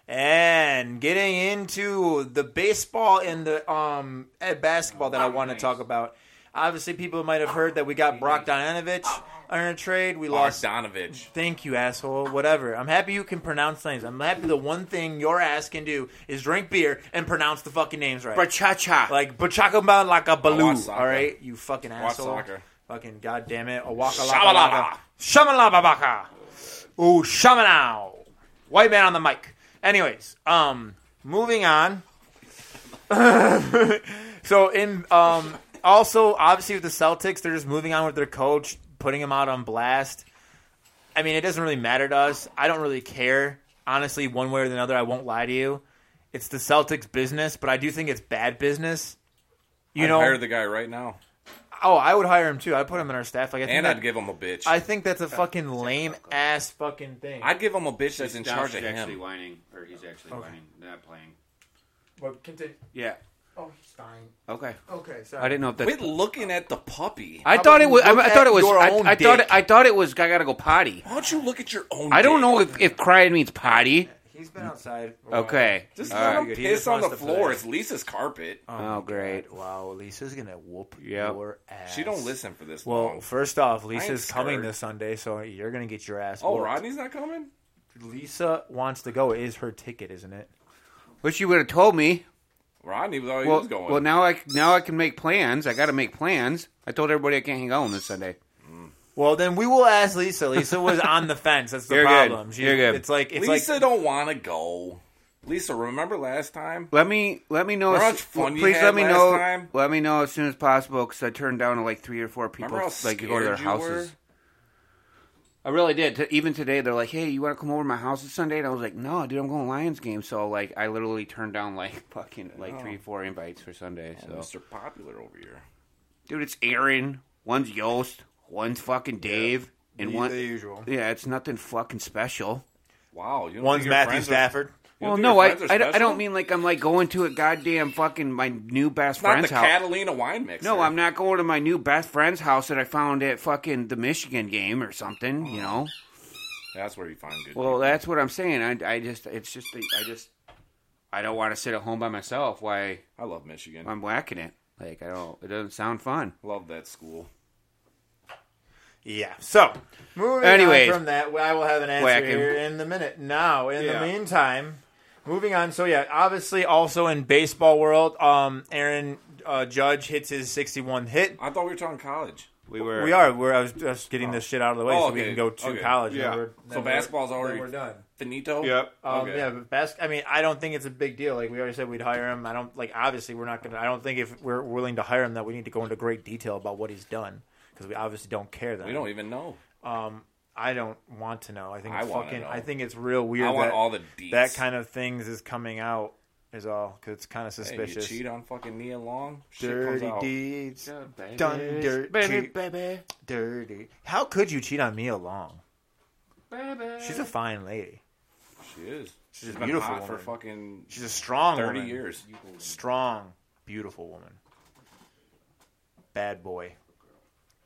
And getting into the baseball and the um and basketball that I want to talk about. Obviously, people might have heard that we got Brock Donanovich on a trade. We lost Bogdanovich. Thank you, asshole. Whatever. I'm happy you can pronounce names. I'm happy the one thing your ass can do is drink beer and pronounce the fucking names right. Brachacha. like Bachakaban like a baloo. soccer. All right, you fucking asshole. soccer. Fucking goddamn it. Awaka Shabalaba. Shamalababaka. Ooh, shamanow. White man on the mic. Anyways, um, moving on. so in um also obviously with the Celtics, they're just moving on with their coach, putting him out on blast. I mean, it doesn't really matter to us. I don't really care, honestly, one way or another. I won't lie to you. It's the Celtics' business, but I do think it's bad business. You I'd know, hire the guy right now. Oh, I would hire him too. I'd put him in our staff. Like I think and that, I'd give him a bitch. I think that's a fucking lame ass fucking thing. I'd give him a bitch that's in Now charge she's of actually him. whining, or he's actually whining, not playing. but continue. Yeah. Oh, he's dying. Okay. Okay, sorry. I didn't know if that's. Quit looking at the puppy. I How thought about it was. I, you look I thought at it was. your I, own I thought. It, dick? I thought it was. I gotta go potty. Why don't you look at your own? I don't dick? know if, if crying means potty. He's been outside. Okay. Just All let right. him He piss just on wants the to floor. play. It's Lisa's carpet. Oh, great. Wow, Lisa's gonna whoop Yep. your ass. She don't listen for this Well, long. first off, I ain't Lisa's scared. coming this Sunday, so you're gonna get your ass. Oh, whooped. Rodney's not coming. Lisa wants to go. It is her ticket, isn't it? Wish you would have told me. Rodney was already Well, was going. well, now I now I can make plans. I got to make plans. I told everybody I can't hang out on this Sunday. Well, then we will ask Lisa. Lisa was on the fence. That's the You're good. problem. She- You're good. It's like it's Lisa like don't want to go. Lisa, remember last time? Let me let me know. Remember how as- much fun you please had let me last know. time? Let me know as soon as possible because I turned down like three or four people Remember how like to go to their scared you houses. I really did. T- Even today, they're like, "Hey, you want to come over to my house this Sunday?" And I was like, "No, dude, I'm going Lions game." So like, I literally turned down like fucking like three, four invites for Sunday. Oh, So, Mr. Popular over here. dude, it's Aaron. One's Yost. One's fucking Dave. And the, one, the usual. yeah, it's nothing fucking special. Wow, you don't One's think your Matthew friends are- Stafford. you don't Well, think no, your I, friends are I, don't- I special? don't mean like I'm like going to a goddamn fucking my new best It's not the friend's house. Catalina wine mixer. No, I'm not going to my new best friend's house that I found at fucking the Michigan game or something. You know. That's where you find good. Well, people. that's what I'm saying. I, I just it's just I just I don't want to sit at home by myself. Why I love Michigan. I'm whacking it. Like I don't. It doesn't sound fun. love that school. Yeah. So, moving Anyways. on from that, I will have an answer Whack him. here in the minute. Now, in Yeah. the meantime, moving on. So yeah, obviously, also in baseball world, um, Aaron uh, Judge hits his 61 hit. I thought we were talking college. We were. We are. We're. I was just getting this shit out of the way Oh, so we okay. can go to Okay. college. and Yeah. we're- So then we're- basketball's then already- We're done. Finito. Yep. Um, Okay. Yeah, but bas- I mean, I don't think it's a big deal. Like we already said, we'd hire him. I don't like. Obviously, we're not gonna. I don't think if we're willing to hire him, that we need to go into great detail about what he's done because we obviously don't care. That We don't even know. I don't want to know. I think I it's wanna fucking. know. I think it's real weird. I want that, all the deets. that kind of things is coming out is all because it's kind of Hey, you suspicious. cheat on fucking Nia Long. Shit comes dirty out. deeds, baby. done dirt, Baby, cheap. baby, dirty. How could you cheat on Mia Long? baby. She's a fine lady. She is. a She's been beautiful hot for woman. fucking She's a strong thirty woman. years. strong, beautiful woman. Bad boy,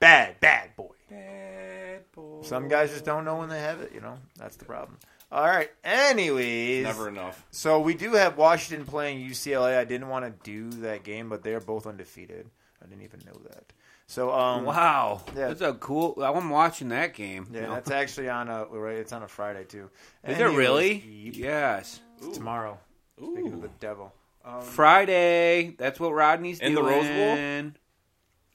bad bad boy. Bad boy. Some guys just don't know when they have it. You know that's the problem. All right. Anyways, Never enough. So we do have Washington playing UCLA. I didn't want to do that game, but they're both undefeated. I didn't even know that. So um, Wow, Yeah. that's a cool. I'm watching that game. yeah, You know? that's actually on a right. It's on a Friday too. Is it really? Yep. Yes. It's tomorrow. Speaking of the Ooh. devil, um, Friday. That's what Rodney's In the doing. Rose Bowl? Bowl.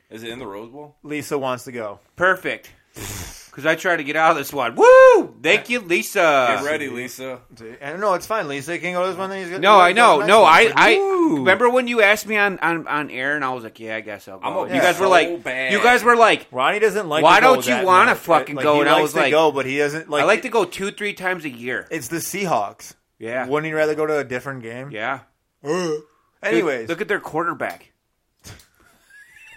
Is it in the Rose Bowl? Lisa wants to go. Perfect. Because I tried to get out of this one. Woo! Thank you, Lisa. Get ready, Lisa. I don't know. It's fine. Lisa can go to this one. Then he's good. No, I know. No, I, I Woo. remember when you asked me on, on, on air, and I was like, "Yeah, I guess I'll go." I'm a- you guys so were like, bad. "You guys were like, Ronnie doesn't like. Why to go don't you that wanna much. fucking Like, go? He And I likes was to like- go, but he doesn't like. I like to go two, three times a year." It's the Seahawks. Yeah, Wouldn't you rather go to a different game? yeah. Uh. Dude, Anyways, look at their quarterback,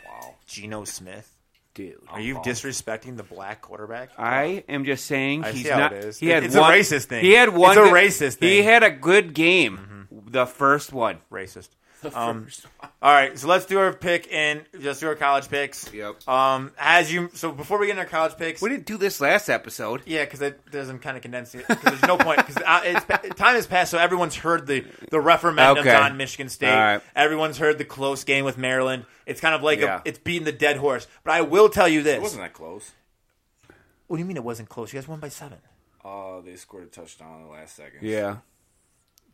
Wow. Geno Smith. dude. Are you Oh. disrespecting the black quarterback? I am just saying I he's see how not. it is. He had It's a one, racist thing. He had It's one. a good- racist thing. He Mm-hmm. had a good game. The first one. Racist. Um, all right, so let's do our pick and let's do our college picks. Yep. Um, as you so before we get into our college picks, We didn't do this last episode. yeah, because it doesn't kind of condense it. 'cause there's no point because time has passed, so everyone's heard the the referendums Okay. on Michigan State. All right. Everyone's heard the close game with Maryland. It's kind of like Yeah. a, it's beating the dead horse. But I will tell you It this: wasn't that close. What do you mean it wasn't close? You guys won by seven. Uh, they scored a touchdown in the last second. Yeah.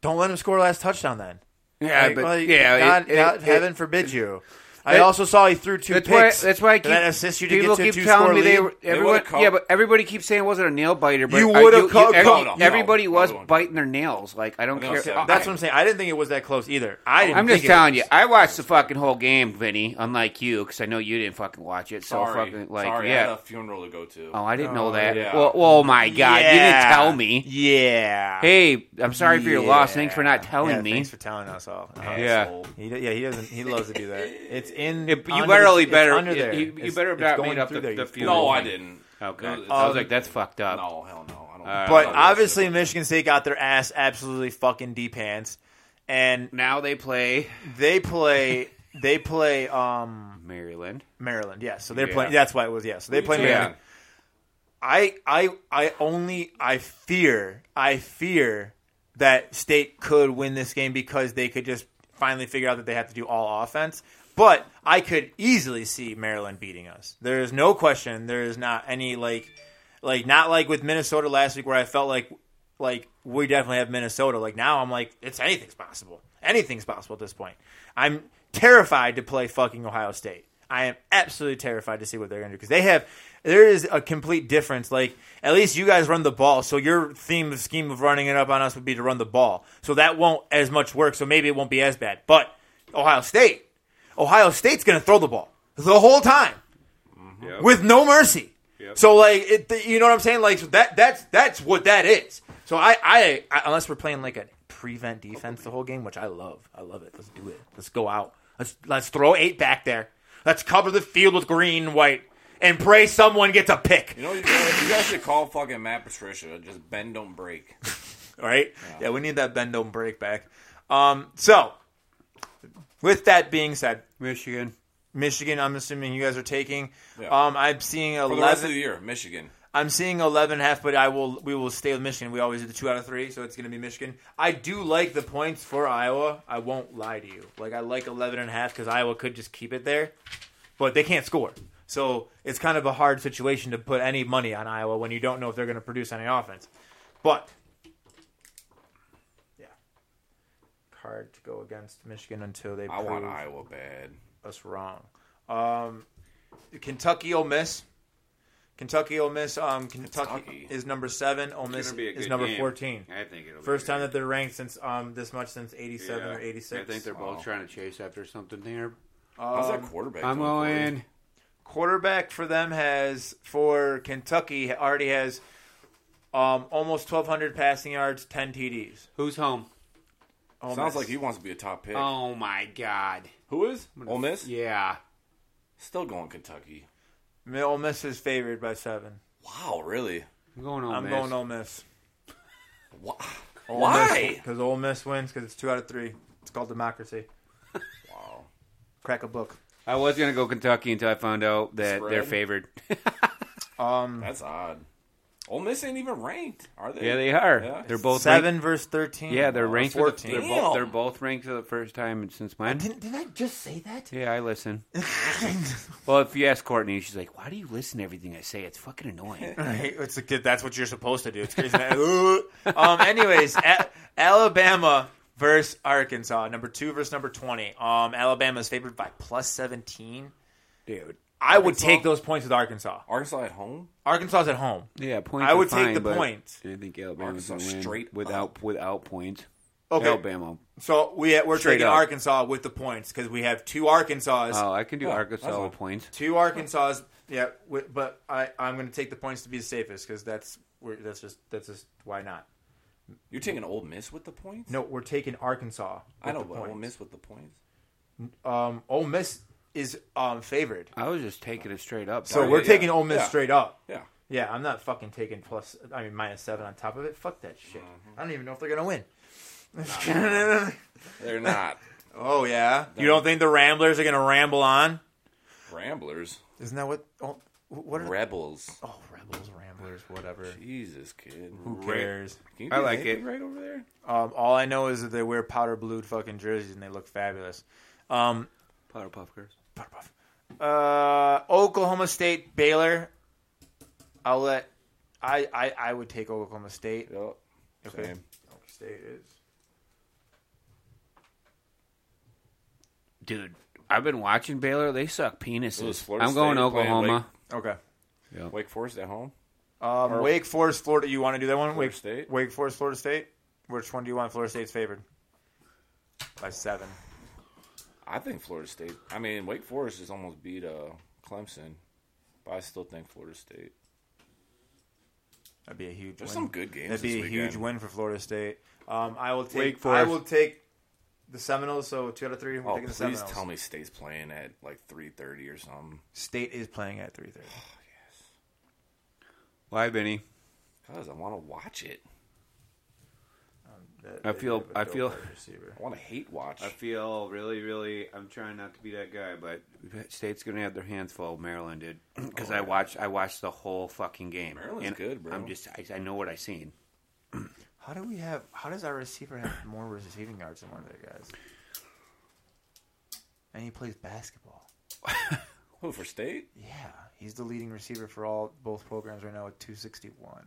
Don't let him score last touchdown then. Yeah, Like, but like, yeah, God, it- it- God- it- heaven forbid you. I That- also saw he threw two That's why. picks. That's why I and keep. that assists you to people get to a keep two telling score me lead. they were everyone. would've called- yeah, but everybody keeps saying it wasn't a nail biter. But You I- would've called- every- called 'em. Everybody No, was no. biting their nails. Like I don't No, care. so I- That's what I'm saying. I didn't think it was that close either. I didn't. I'm just think it telling was. you. I watched the fucking whole game, Vinny. Unlike you, because I know you didn't fucking watch it. So Sorry. fucking like Sorry, I had yeah. a funeral to go to. Oh, I didn't know Oh, that. yeah. Well, oh my god, you didn't Yeah. tell me. Yeah. Hey, I'm sorry for your loss. Yeah. Thanks for not telling Yeah, me. Thanks for telling us all. Uh-huh. yeah. Asshole. He, d- yeah, he doesn't. He loves to do that. It's in. It- you under better the- only it's better. under you- there. you- you It's- better it's not going made up through the- there, you the fool. fuel. No, I didn't. Okay, No, I um, was like, that's fucked up. No, hell no. I don't. Uh, But I don't obviously, know. Michigan State got their ass absolutely fucking deep hands, and Now they play they play. They play um, Maryland. Maryland, yes. so they're Yeah. playing. That's why it was yes. so they play Yeah. Maryland. I I I only I fear I fear that State could win this game because they could just finally figure out that they have to do all offense. But I could easily see Maryland beating us. There is no question. There is not any like like not like with Minnesota last week where I felt like like we definitely have Minnesota. Like now I'm like it's anything's possible. Anything's possible at this point. I'm terrified to play fucking Ohio State. I am absolutely terrified to see what they're going to do because they have there is a complete difference. Like at least you guys run the ball, so your theme of scheme of running it up on us would be to run the ball. So that won't as much work. So maybe it won't be as bad. But Ohio State, Ohio State's going to throw the ball the whole time Yep. with no mercy. Yep. So like, it, th- you know what I'm saying? Like so that that's that's what that is. So I, I I unless we're playing like a prevent defense the whole game, which I love. I love it. Let's do it. Let's go out. Let's let's throw eight back there. Let's cover the field with green and white and pray someone gets a pick. You know, what you guys, you guys should call fucking Matt Patricia. Just bend, don't break. right? Yeah, we need that bend don't break back. Um, so with that being said, Michigan. Michigan, I'm assuming you guys are taking. Yeah. Um, I'm seeing For the rest of 11. the year, Michigan. I'm seeing 11 and a half, but I will we will stay with Michigan. We always do the two out of three, so it's going to be Michigan. I do like the points for Iowa. I won't lie to you. Like I like 11 and a half because Iowa could just keep it there, but they can't score. So it's kind of a hard situation to put any money on Iowa when you don't know if they're going to produce any offense. But yeah, hard to go against Michigan until they I prove want Iowa bad. us wrong. Um, Kentucky Ole Miss. Kentucky Ole Miss. Um, Kentucky, Kentucky. is number seven. Ole Miss gonna be a is good number game. fourteen. I think it'll. First be time that they're ranked since um this much since eighty Yeah. seven or eighty six. I think they're both Wow. trying to chase after something there. Um, How's that quarterback? I'm doing, going. quarterback for them has for Kentucky already has um almost twelve hundred passing yards, ten TDs. Who's home? Ole Corey? Sounds Miss. Um, like he wants to be a top pick. Oh my god. Who is? Ole Miss? Yeah. Still going Kentucky. Mi- Ole Miss is favored by seven. Wow, really? I'm going home. I'm going Ole Miss. Wha- Why? Because Ole Miss wins because it's two out of three. It's called democracy. Wow. Crack a book. I was gonna go Kentucky until I found out that Spread? they're favored. Um, That's odd. Ole Miss ain't even ranked, are they? yeah, they are. Yeah. They're both ranked- seven versus thirteen. yeah, they're ranked. For the, 14. they're Damn. both. They're both ranked for the first time since when? Didn't, didn't I just say that? Yeah, I listen. well, if you ask Courtney, she's like, "Why do you listen to everything I say? It's fucking annoying." Right, it's a kid. That's what you're supposed to do. It's crazy. um. Anyways, a- Alabama versus Arkansas, number two versus number twenty. Um, Alabama's favored by plus seventeen. Dude. I would Arkansas? take those points with Arkansas. Arkansas at home? Arkansas's at home. Yeah, points. I are would take fine, the but points. I think Alabama's Arkansas gonna win straight without without points. Okay, Alabama. so we we're Straight taking up. Arkansas with the points because we have two Arkansas. Oh, I can do Oh, that's Arkansas all. with points. Two Arkansas. Yeah, wi- but I I'm going to take the points to be the safest because that's we're, that's just that's just why not. You're taking Ole Miss with the points? No, we're taking Arkansas. I know, with the but Ole points. Miss with the points. Um, Ole Miss is um favored, I was just taking it straight up. so dog. we're Oh, yeah, taking yeah. Ole Miss Yeah. straight up. Yeah. Yeah, I'm not fucking taking plus. I mean minus seven on top of it. Fuck that shit. Mm-hmm. I don't even know if they're gonna win. They're not. oh yeah, you don't think the Ramblers are gonna ramble on? Ramblers. Isn't that what? Oh, what are? Rebels. oh, Rebels, Ramblers, whatever. Jesus, kid. Who cares? Can you I do like anything it. Right over there? Um, all I know is that they wear powder blued fucking jerseys and they look fabulous. Um, Powder Puff Girls. Powderpuff. Uh, Oklahoma State, Baylor. I'll let. I, I, I would take Oklahoma State. Yep. Okay. Same. Oklahoma State is. Dude, I've been watching Baylor. They suck penises. was Florida I'm going State playing Oklahoma. Okay. Wake Forest at home. Um, Wake Forest, Florida. You want to do that one? Wake State? Wake Forest, Florida State. Which one do you want? Florida State's favored by seven. I think Florida State. I mean, Wake Forest just almost beat uh, Clemson, but I still think Florida State. That'd be a huge. There's win. some good games That'd be a this huge weekend. win for Florida State. Um, I will take. Wake I Forest. will take The Seminoles, so two out of three. We're Oh, taking the please Seminoles. tell me stays playing at like three thirty or something. State is playing at three thirty. Why, Benny? Cause I want to watch it. I feel- I feel- I want to hate watch. I feel really, really. I'm trying not to be that guy, but Oh, State's gonna have their hands full. Maryland did because I watched. I watched the whole fucking game. Maryland's And good, bro. I'm just. I, I know what I seen. How do we have? How does our receiver have more receiving yards than one of their guys? And he plays basketball. Who for state? Yeah, he's the leading receiver for all both programs right now with 261,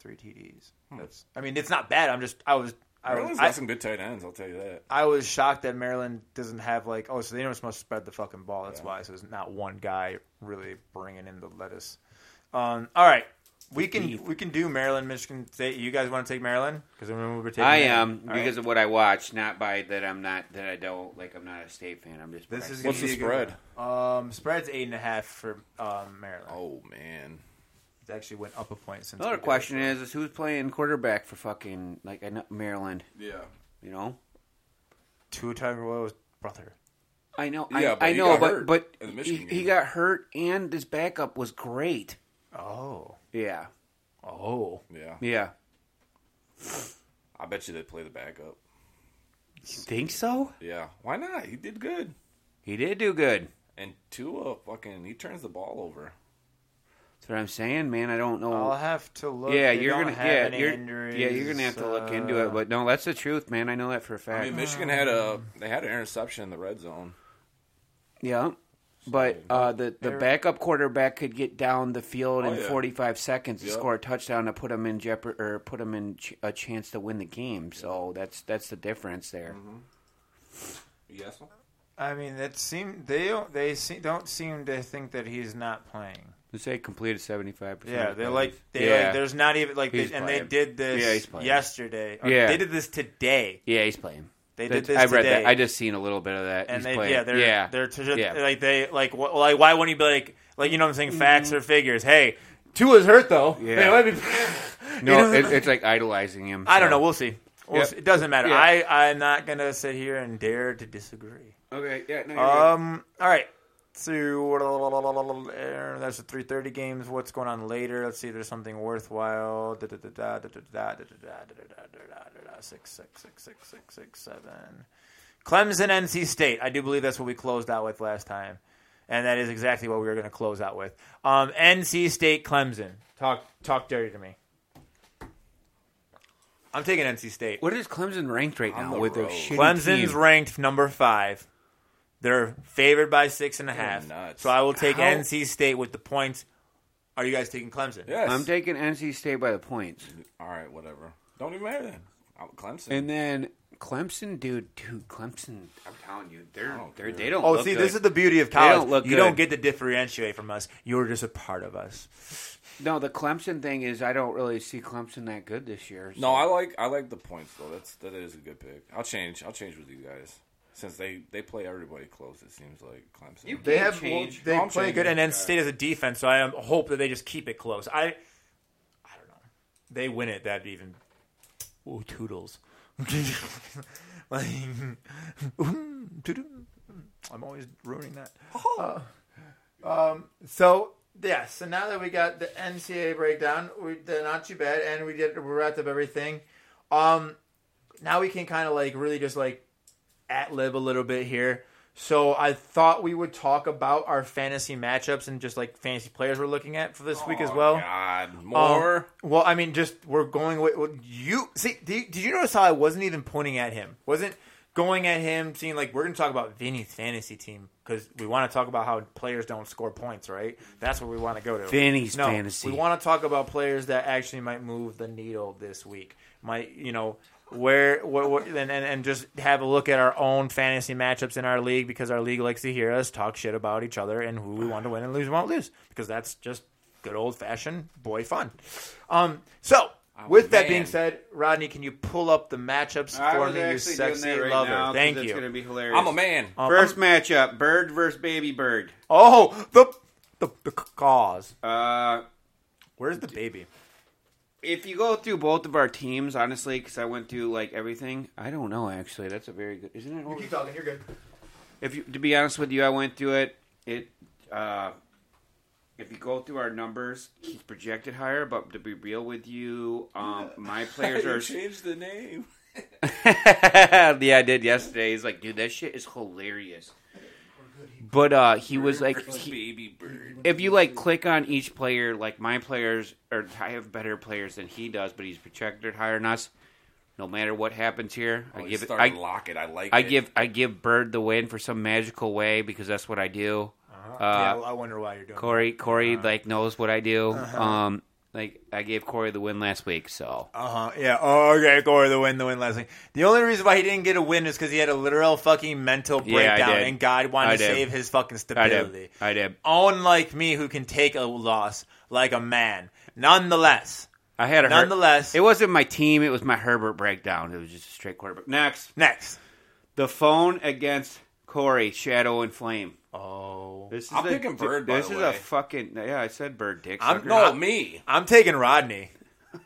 three TDs. That's. I mean, it's not bad. I'm just. I was. I was. Hmm. Maryland's I, got some good tight ends. I'll tell you that. I was shocked that Maryland doesn't have like. Oh, so they don't supposed to spread the fucking ball. That's Yeah. why. So there's not one guy really bringing in the lettuce. Um. All right. We can Beef. we can do Maryland, Michigan State. You guys want to take Maryland? Because I remember we're taking. I am Maryland. All right. because of what I watched, not by that I'm not that I don't like. I'm not a State fan. I'm just. This is What's gonna the be a good spread? one. Um, spread's eight and a half for um, Maryland. Oh man, It actually went up a point since. we another did question is, is who's playing quarterback for fucking like I know Maryland? Yeah. You know. it. Tua Tagovailoa's brother. I know, Yeah, I, but I he know, got but hurt but in the he, Michigan he game. got hurt, and his backup was great. Oh, Yeah, oh, yeah. yeah. I bet you they play the backup. You think so? Yeah, why not? He did good. He did do good. And Tua, fucking, he turns the ball over. That's what I'm saying, man. I don't know. I'll have to look. yeah, They you're don't gonna have yeah, any you're, injuries, yeah, you're gonna have to look into it. uh, But no, that's the truth, man. I know that for a fact. I mean, Michigan had a they had an interception in the red zone. yeah, but uh, the the They're- backup quarterback could get down the field Oh, in yeah. 45 seconds to Yep. score a touchdown to put him in jeopardy or put him in ch- a chance to win the game. So that's that's the difference there. Mm. Yes. I mean, that seem they don't they se- don't seem to think that he's not playing. They say completed 75. percent Yeah, they're like they like there's not even like they, He's and they playing. did Yeah, he's this playing. yesterday. Or Yeah. they did this today. Yeah, he's playing. They did That's- this. I read today. that. I just seen a little bit of that. and he's they playing. yeah they're yeah. they're to just, Yeah. like they like wh- like why wouldn't you be like like you know what I'm saying Mm-hmm. facts or figures hey Tua's hurt though Yeah. Man, let me- You no, know? it, it's like idolizing him. I don't so. know we'll see, We'll Yeah. see. it doesn't matter Yeah. I I'm not gonna sit here and dare to disagree Okay, yeah, no, um all right so uh, that's the 3:30 games what's going on later let's see if there's something worthwhile da da da da da da da da da da da da da da da six six six six six six seven Clemson, NC State. I do believe that's what we closed out with last time, and that is exactly what we were going to close out with. Um, NC State, Clemson. Talk, talk dirty to me. I'm taking NC State. what is Clemson ranked right On now the with their road. shitty Clemson's team? ranked number five. They're favored by six and a half. nuts. So I will take How- NC State with the points. Are you guys taking Clemson? Yes. I'm taking NC State by the points, All right, whatever. Don't even matter then. I'm Clemson. and then Clemson, dude, dude, Clemson. I'm telling you, they're, don't they're care. they don't. Oh, look see, good. this is the beauty of college. don't look you good. don't get to differentiate from us. You're just a part of us. no. The Clemson thing is, I don't really see Clemson that good this year. so- no, I like I like the points though. That's that is a good pick. I'll change. I'll change with you guys since they they play everybody close. It seems like Clemson. You- They Game have change. they No, I'm play changing good, and it. NC State has a defense, so I um, hope that they just keep it close. I, I don't know. They win it, that'd be even. Ooh, toodles. like, toodoo. I'm always ruining that. Uh, Oh. um, so yeah, so now that we got the NCAA breakdown, we, they're not too bad, and we did we wrapped up everything. Um, now we can kind of like really just like at lib a little bit here. So I thought we would talk about our fantasy matchups and just like fantasy players we're looking at for this week as Oh, well. God, Um, more. well, I mean, just we're going with well, you. See, did you, did you notice how I wasn't even pointing at him? Wasn't going at him, seeing like we're going to talk about Vinny's fantasy team because we want to talk about how players don't score points, right? That's what we want to go to. Vinny's fantasy. We want to talk about players that actually might move the needle this week. Might you know where what, what and, and and just have a look at our own fantasy matchups in our league because our league likes to hear us talk shit about each other and who we want to win and lose and won't lose because that's just good old fashioned boy fun. Um, so. Oh, With that man. being said, Rodney, can you pull up the matchups I for was me, you actually doing sexy that right lover? now 'cause Thank It's gonna you. be hilarious. I'm a man. First matchup: Bird versus Baby Bird. Oh, the the, the cause. Uh, Where's the baby? if you go through both of our teams, honestly, because I went through like everything. I don't know actually. That's a very good, isn't it? over- Keep talking. You're good. If you, to be honest with you, I went through it. It, uh, if you go through our numbers, he's projected higher. But to be real with you, um, my players You are. changed the name. yeah, I did yesterday. He's like, dude, that shit is hilarious. But uh, he was like, First he- baby bird. if you like click on each player, like my players or I have better players than he does, but he's projected higher than us. No matter what happens here, I Oh, give it. start I, lock it. I like. I it. give I give Bird the win for some magical way because that's what I do. Uh-huh. yeah, Uh-huh. Uh, I wonder why you're doing. that. Corey Corey like knows what I do. Uh-huh. Um, like I gave Corey the win last week, so Uh huh. Yeah. Oh, okay. Gore the win. The win last thing. The only reason why he didn't get a win is because he had a literal fucking mental Yeah, I breakdown, did. and God wanted I to did. save his fucking I stability. did. I did. Unlike me, who can take a loss like a man. Nonetheless, I had a Her- nonetheless. it wasn't my team. It was my Herbert breakdown. It was just a straight quarterback. Next, next. the phone against Corey Shadow and Flame. Oh, This is I'm a, picking Bird, by This the is a way. fucking yeah. I said Bird, dick. I'm- sucker. no me. I'm taking Rodney.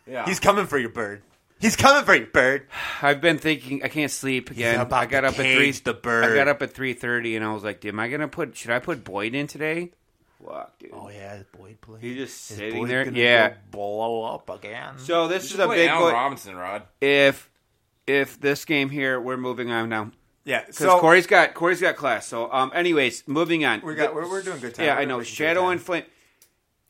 Yeah, He's coming for you, bird. He's coming for you, bird. I've been thinking. I can't sleep again. about I got to up at three. cage the bird. I got up at three thirty, and I was like, "Dude, am I gonna put? Should I put Boyd in today?" Fuck, dude. Oh yeah, is Boyd playing. He's just Is sitting Boyd there. gonna Yeah. go blow up again. So this Just is a play big Allen one. Robinson, Rod. If if this game here, we're moving on now yeah. because So Corey's got Corey's got class. So um, anyways, moving on. we got we're, we're doing good time. yeah, We're I know. making good Shadow time. and Flint.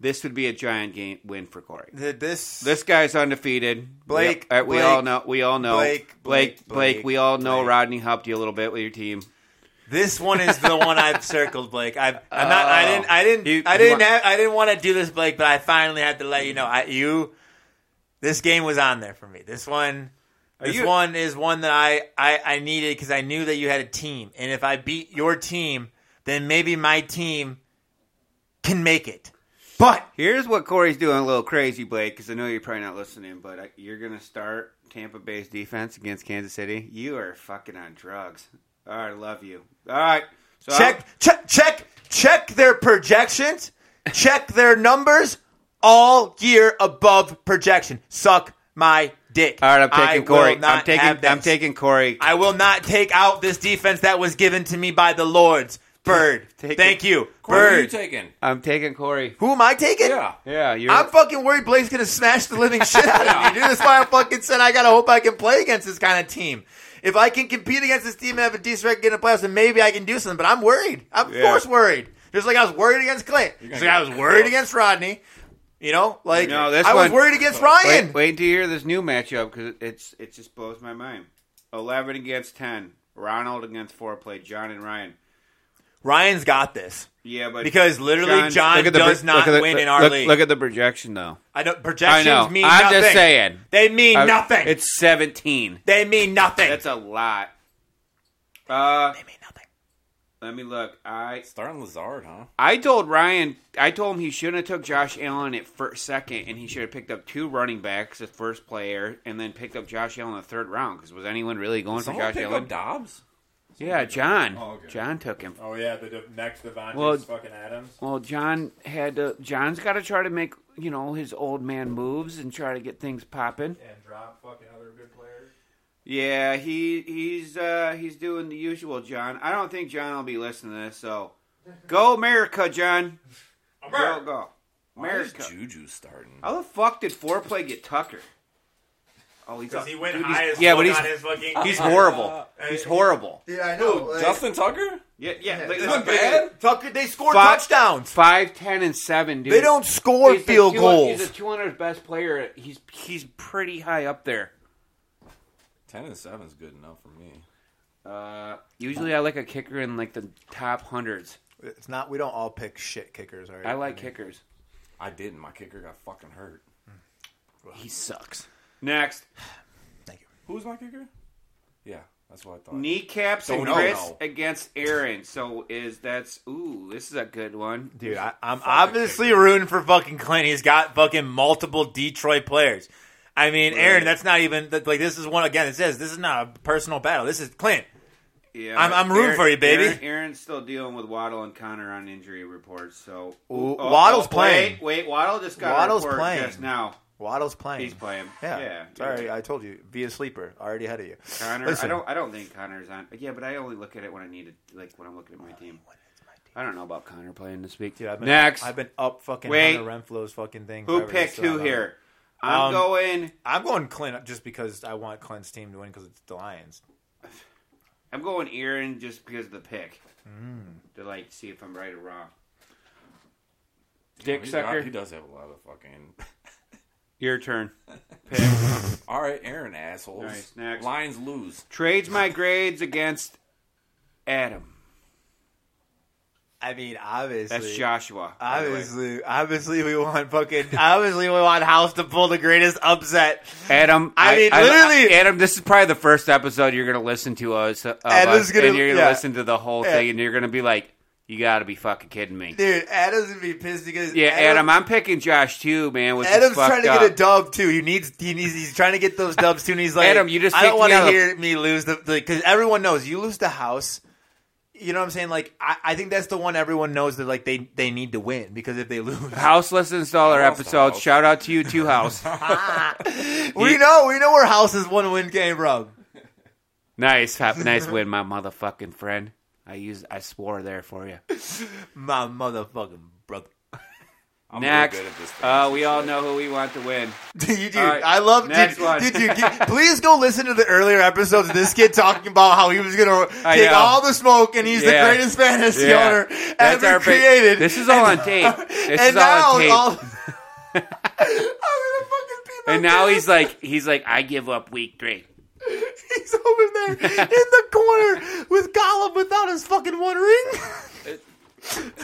This would be a giant game win for Corey. Th- this This guy's undefeated. Blake, we, uh, we Blake, all know. We all know. Blake, Blake, Blake, Blake, We all know. Blake. Rodney helped you a little bit with your team. This one is the one I've circled, Blake. I've, I'm not. I didn't. I didn't. Oh. You- I didn't. you Have, I didn't want to do this, Blake. But I finally had to let you know. I you. This game was on there for me. This one. This you- one is one that I I, I needed because I knew that you had a team, and if I beat your team, then maybe my team can make it. But Here's what Corey's doing a little crazy, Blake, because I know you're probably not listening, but I, you're gonna start Tampa Bay's defense against Kansas City. You are fucking on drugs. All right, love you. All right, so check check check check their projections. check their numbers. All year above projection. Suck my dick. all right, I'm I taking will Corey. not I'm taking. have them I'm taking Corey. I will not take out this defense that was given to me by the Lords. Bird. Take Thank it. you. Who are you Bird. taking? I'm taking Corey. Who am I taking? Yeah, Yeah, you're. I'm fucking worried Blake's gonna smash the living shit out of me, dude. That's why I fucking said I gotta hope I can play against this kind of team. If I can compete against this team and have a decent record getting the playoffs, then maybe I can do something. But I'm worried. I'm of Yeah. course worried. Just like I was worried against Clint. Just like get I was worried against Rodney. You know, like No, this I was one- worried against Ryan. Wait, wait until you hear this new matchup because it's it just blows my mind. Eleven against ten. Ronald against four play. John and Ryan. Ryan's got this Yeah, but because literally John, look at the does pro- not look at the- win look- in our look, league. Look at the projection though. I don't. I Projections know. mean I'm nothing. just saying. They mean I- nothing. It's seventeen. they mean nothing. That's a lot. Uh, they mean nothing. let me look. I starting Lazard, huh? I told Ryan. I told him he shouldn't have took Josh Allen at first, second, and he should have picked up two running backs at first player, and then picked up Josh Allen in the third round. Because was anyone really going Someone for Josh pick Allen? up Dobbs. Yeah, John. Oh, okay. John took him. Oh yeah, the next Devontae Well- fucking Adams. Well, John had to. John's got to try to make you know his old man moves and try to get things popping. And drop fucking other good players. Yeah, he he's uh he's doing the usual, John. I don't think John will be listening to this. So, go America, John. Go go Why is America. Juju starting? Uh, How the fuck did foreplay get Tucker? Oh, he's Because he went dude, he's- high as yeah, fuck but he's on his fucking. he's horrible. Uh, He's horrible. Yeah, I know. like- Justin Tucker? Yeah, yeah. He's look- been bad. Tucker, they scored Fuck. touchdowns. Five, ten, and seven, dude. They don't score He's the field 200 goals. He's a 200 best player. He's he's pretty high up there. Ten and seven is good enough for me. Uh, usually, I like a kicker in like the top hundreds. It's not. We don't all pick shit kickers. All right. I like kickers. I didn't. My kicker got fucking hurt. He sucks. Next, Who's my kicker? Yeah, that's what I thought. kneecaps Oh, Don't and know. wrists against Aaron. So is that's ooh, this is a good one. Dude, I, I'm obviously rooting for fucking Clint. He's got fucking multiple Detroit players. I mean, Aaron, that's not even that- like this is one again. It says this is not a personal battle. This is Clint. Yeah, I'm- I'm rooting for you, baby. Aaron, Aaron's still dealing with Waddle and Connor on injury reports. So Oh, Waddle's playing. Wait, wait, Waddle just got Waddle's a report playing. just now. Waddle's playing. He's playing. Yeah. Yeah, Sorry, you're right. I told you. Be a sleeper. Already ahead of you. Connor, Listen. I don't. I don't think Connor's on. Yeah, but I only look at it when I need it, like when I'm looking at my team. I don't know about Connor playing this week. Dude, I've been, Next, I've been up fucking Wait. Hunter Renfro's fucking thing. who forever, picked so I don't who know. here? I'm Um, going. I'm going Clint just because I want Clint's team to win because it's the Lions. I'm going Aaron just because of the pick. Hmm. To like see if I'm right or wrong. Dick Oh, He sucker. got- he does have a lot of fucking. Your turn. All right, Aaron assholes. Nice, next. Lions lose. Trades my grades against Adam. I mean, obviously. That's Joshua. by the way. Obviously, obviously we want fucking. obviously, we want House to pull the greatest upset. Adam. I mean, literally- Adam. This is probably the first episode you're going to listen to us, uh, of Adam's us, gonna- and you're going to yeah. listen to the whole Yeah. thing, and you're going to be like, "You got to be fucking kidding me." Dude, Adam's gonna be pissed because Yeah, Adam, I'm picking Josh too, man. With this Adam's trying fucked to up. get a dub too. He needs. He needs. He's trying to get those dubs too. And he's like, Adam, you just I don't kicked want me out to of- hear me lose the because everyone knows you lose the house. You know what I'm saying? Like, I, I think that's the one everyone knows that like they they need to win because if they lose, House listens to all our House to episodes. house. Shout out to you, too, House. we know we know where House is one win game from. nice, hap- nice win, my motherfucking friend. I used, I swore there for you. My motherfucking brother. I'm real Next, good at this thing. uh, we all know who we want to win. Dude, you- dude, All right, I love next dude, one. dude, dude, g- please go listen to the earlier episodes of this kid talking about how he was gonna I take know. all the smoke and he's Yeah. the greatest fantasy Yeah. owner That's ever our big- created. This is all on tape. This and is now all on tape. all- I'm gonna fucking pee my and now pants. he's like, he's like, I give up week three. he's over there in the corner with Gollum without his fucking one ring.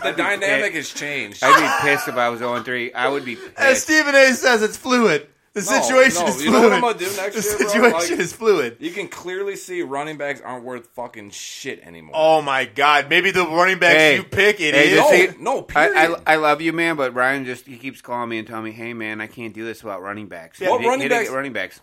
the dynamic has changed. I'd be pissed if I was on three. I would be As pissed. Stephen A. says, it's fluid. The No, situation no, is fluid. you know what I'm gonna do next the year, bro? situation Like- is fluid. You can clearly see running backs aren't worth fucking shit anymore. Oh my God! Maybe the running backs Hey. you pick, it Hey, is. just no, see- no, period. I, I, I love you, man, but Ryan just he keeps calling me and telling me, "Hey, man, I can't do this without running backs." Yeah, He- what he running didn't backs- get running backs.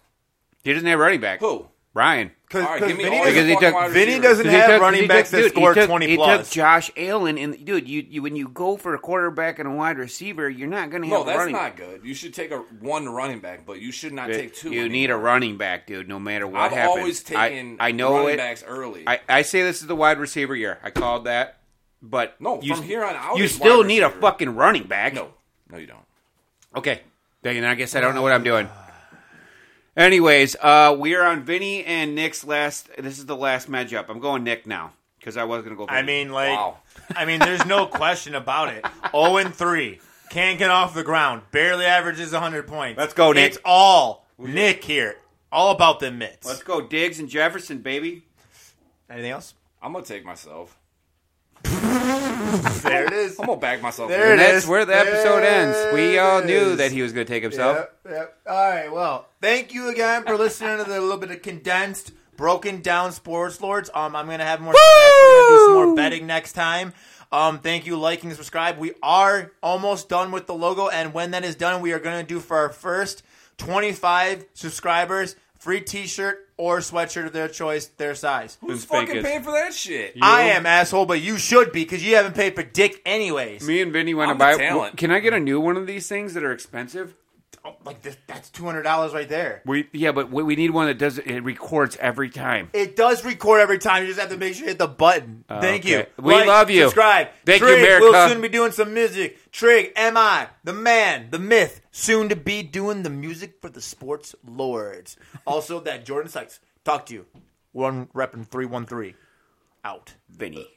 He doesn't have running back. Who? Ryan. Cause, All right, 'cause give me Vinny all doesn't- Because your he fucking took- wide Vinny receivers. doesn't Because have he took- running he backs took, that dude, score he took, 20 he plus. took Josh Allen, and dude, you, you when you go for a quarterback and a wide receiver, you're not going to have No, a that's running. not good. You should take a one running back, but you should not back. take two. You need a running back, dude. No matter what I've happens, always I- taken I, know running it. backs early. I, I say this is the wide receiver year. I called that, but No, you, from here on out, you it's still wide need a receiver. fucking running back. no, no, you don't. Okay. Dang it, I guess I don't know what I'm doing. Anyways, uh, we are on Vinny and Nick's last. This is the last matchup. I'm going Nick now because I was gonna go. Vinny. I mean, like, Wow. I mean, there's no question about it. Zero and three, can't get off the ground. Barely averages 100 points. Let's go, Nick. It's all Nick here. All about the mitts. let's go Diggs and Jefferson, baby. Anything else? I'm gonna take myself. There it is. I'm gonna back myself. There And it that's is. where the episode There ends. We all it knew is. that he was gonna take himself. Yep, yep. All right. Well, thank you again for listening to the little bit of condensed, broken down sports lords. Um, I'm gonna have more. stats. We're gonna do some more betting next time. Um, thank you, liking, and subscribe. We are almost done with the logo, and when that is done, we are gonna do for our first 25 subscribers free T-shirt or sweatshirt of their choice, their size. Who's Been fucking fake it. paying for that shit? I am asshole, but you should be because you haven't paid for dick anyways. Me and Vinny want to I'm the buy. talent. Can I get a new one of these things that are expensive? Oh, like this, that's two hundred dollars right there. We yeah, but we, we need one that does it records every time. It does record every time. You just have to make sure you hit the button. Thank Oh, okay. you. We love you. Subscribe. Thank you, Trig, We'll America. soon be doing some music. Trig, am I the man, the myth? Soon to be doing the music for the sports lords. also, that Jordan Sykes. Talk to you. One repping three one three. Out. Vinny.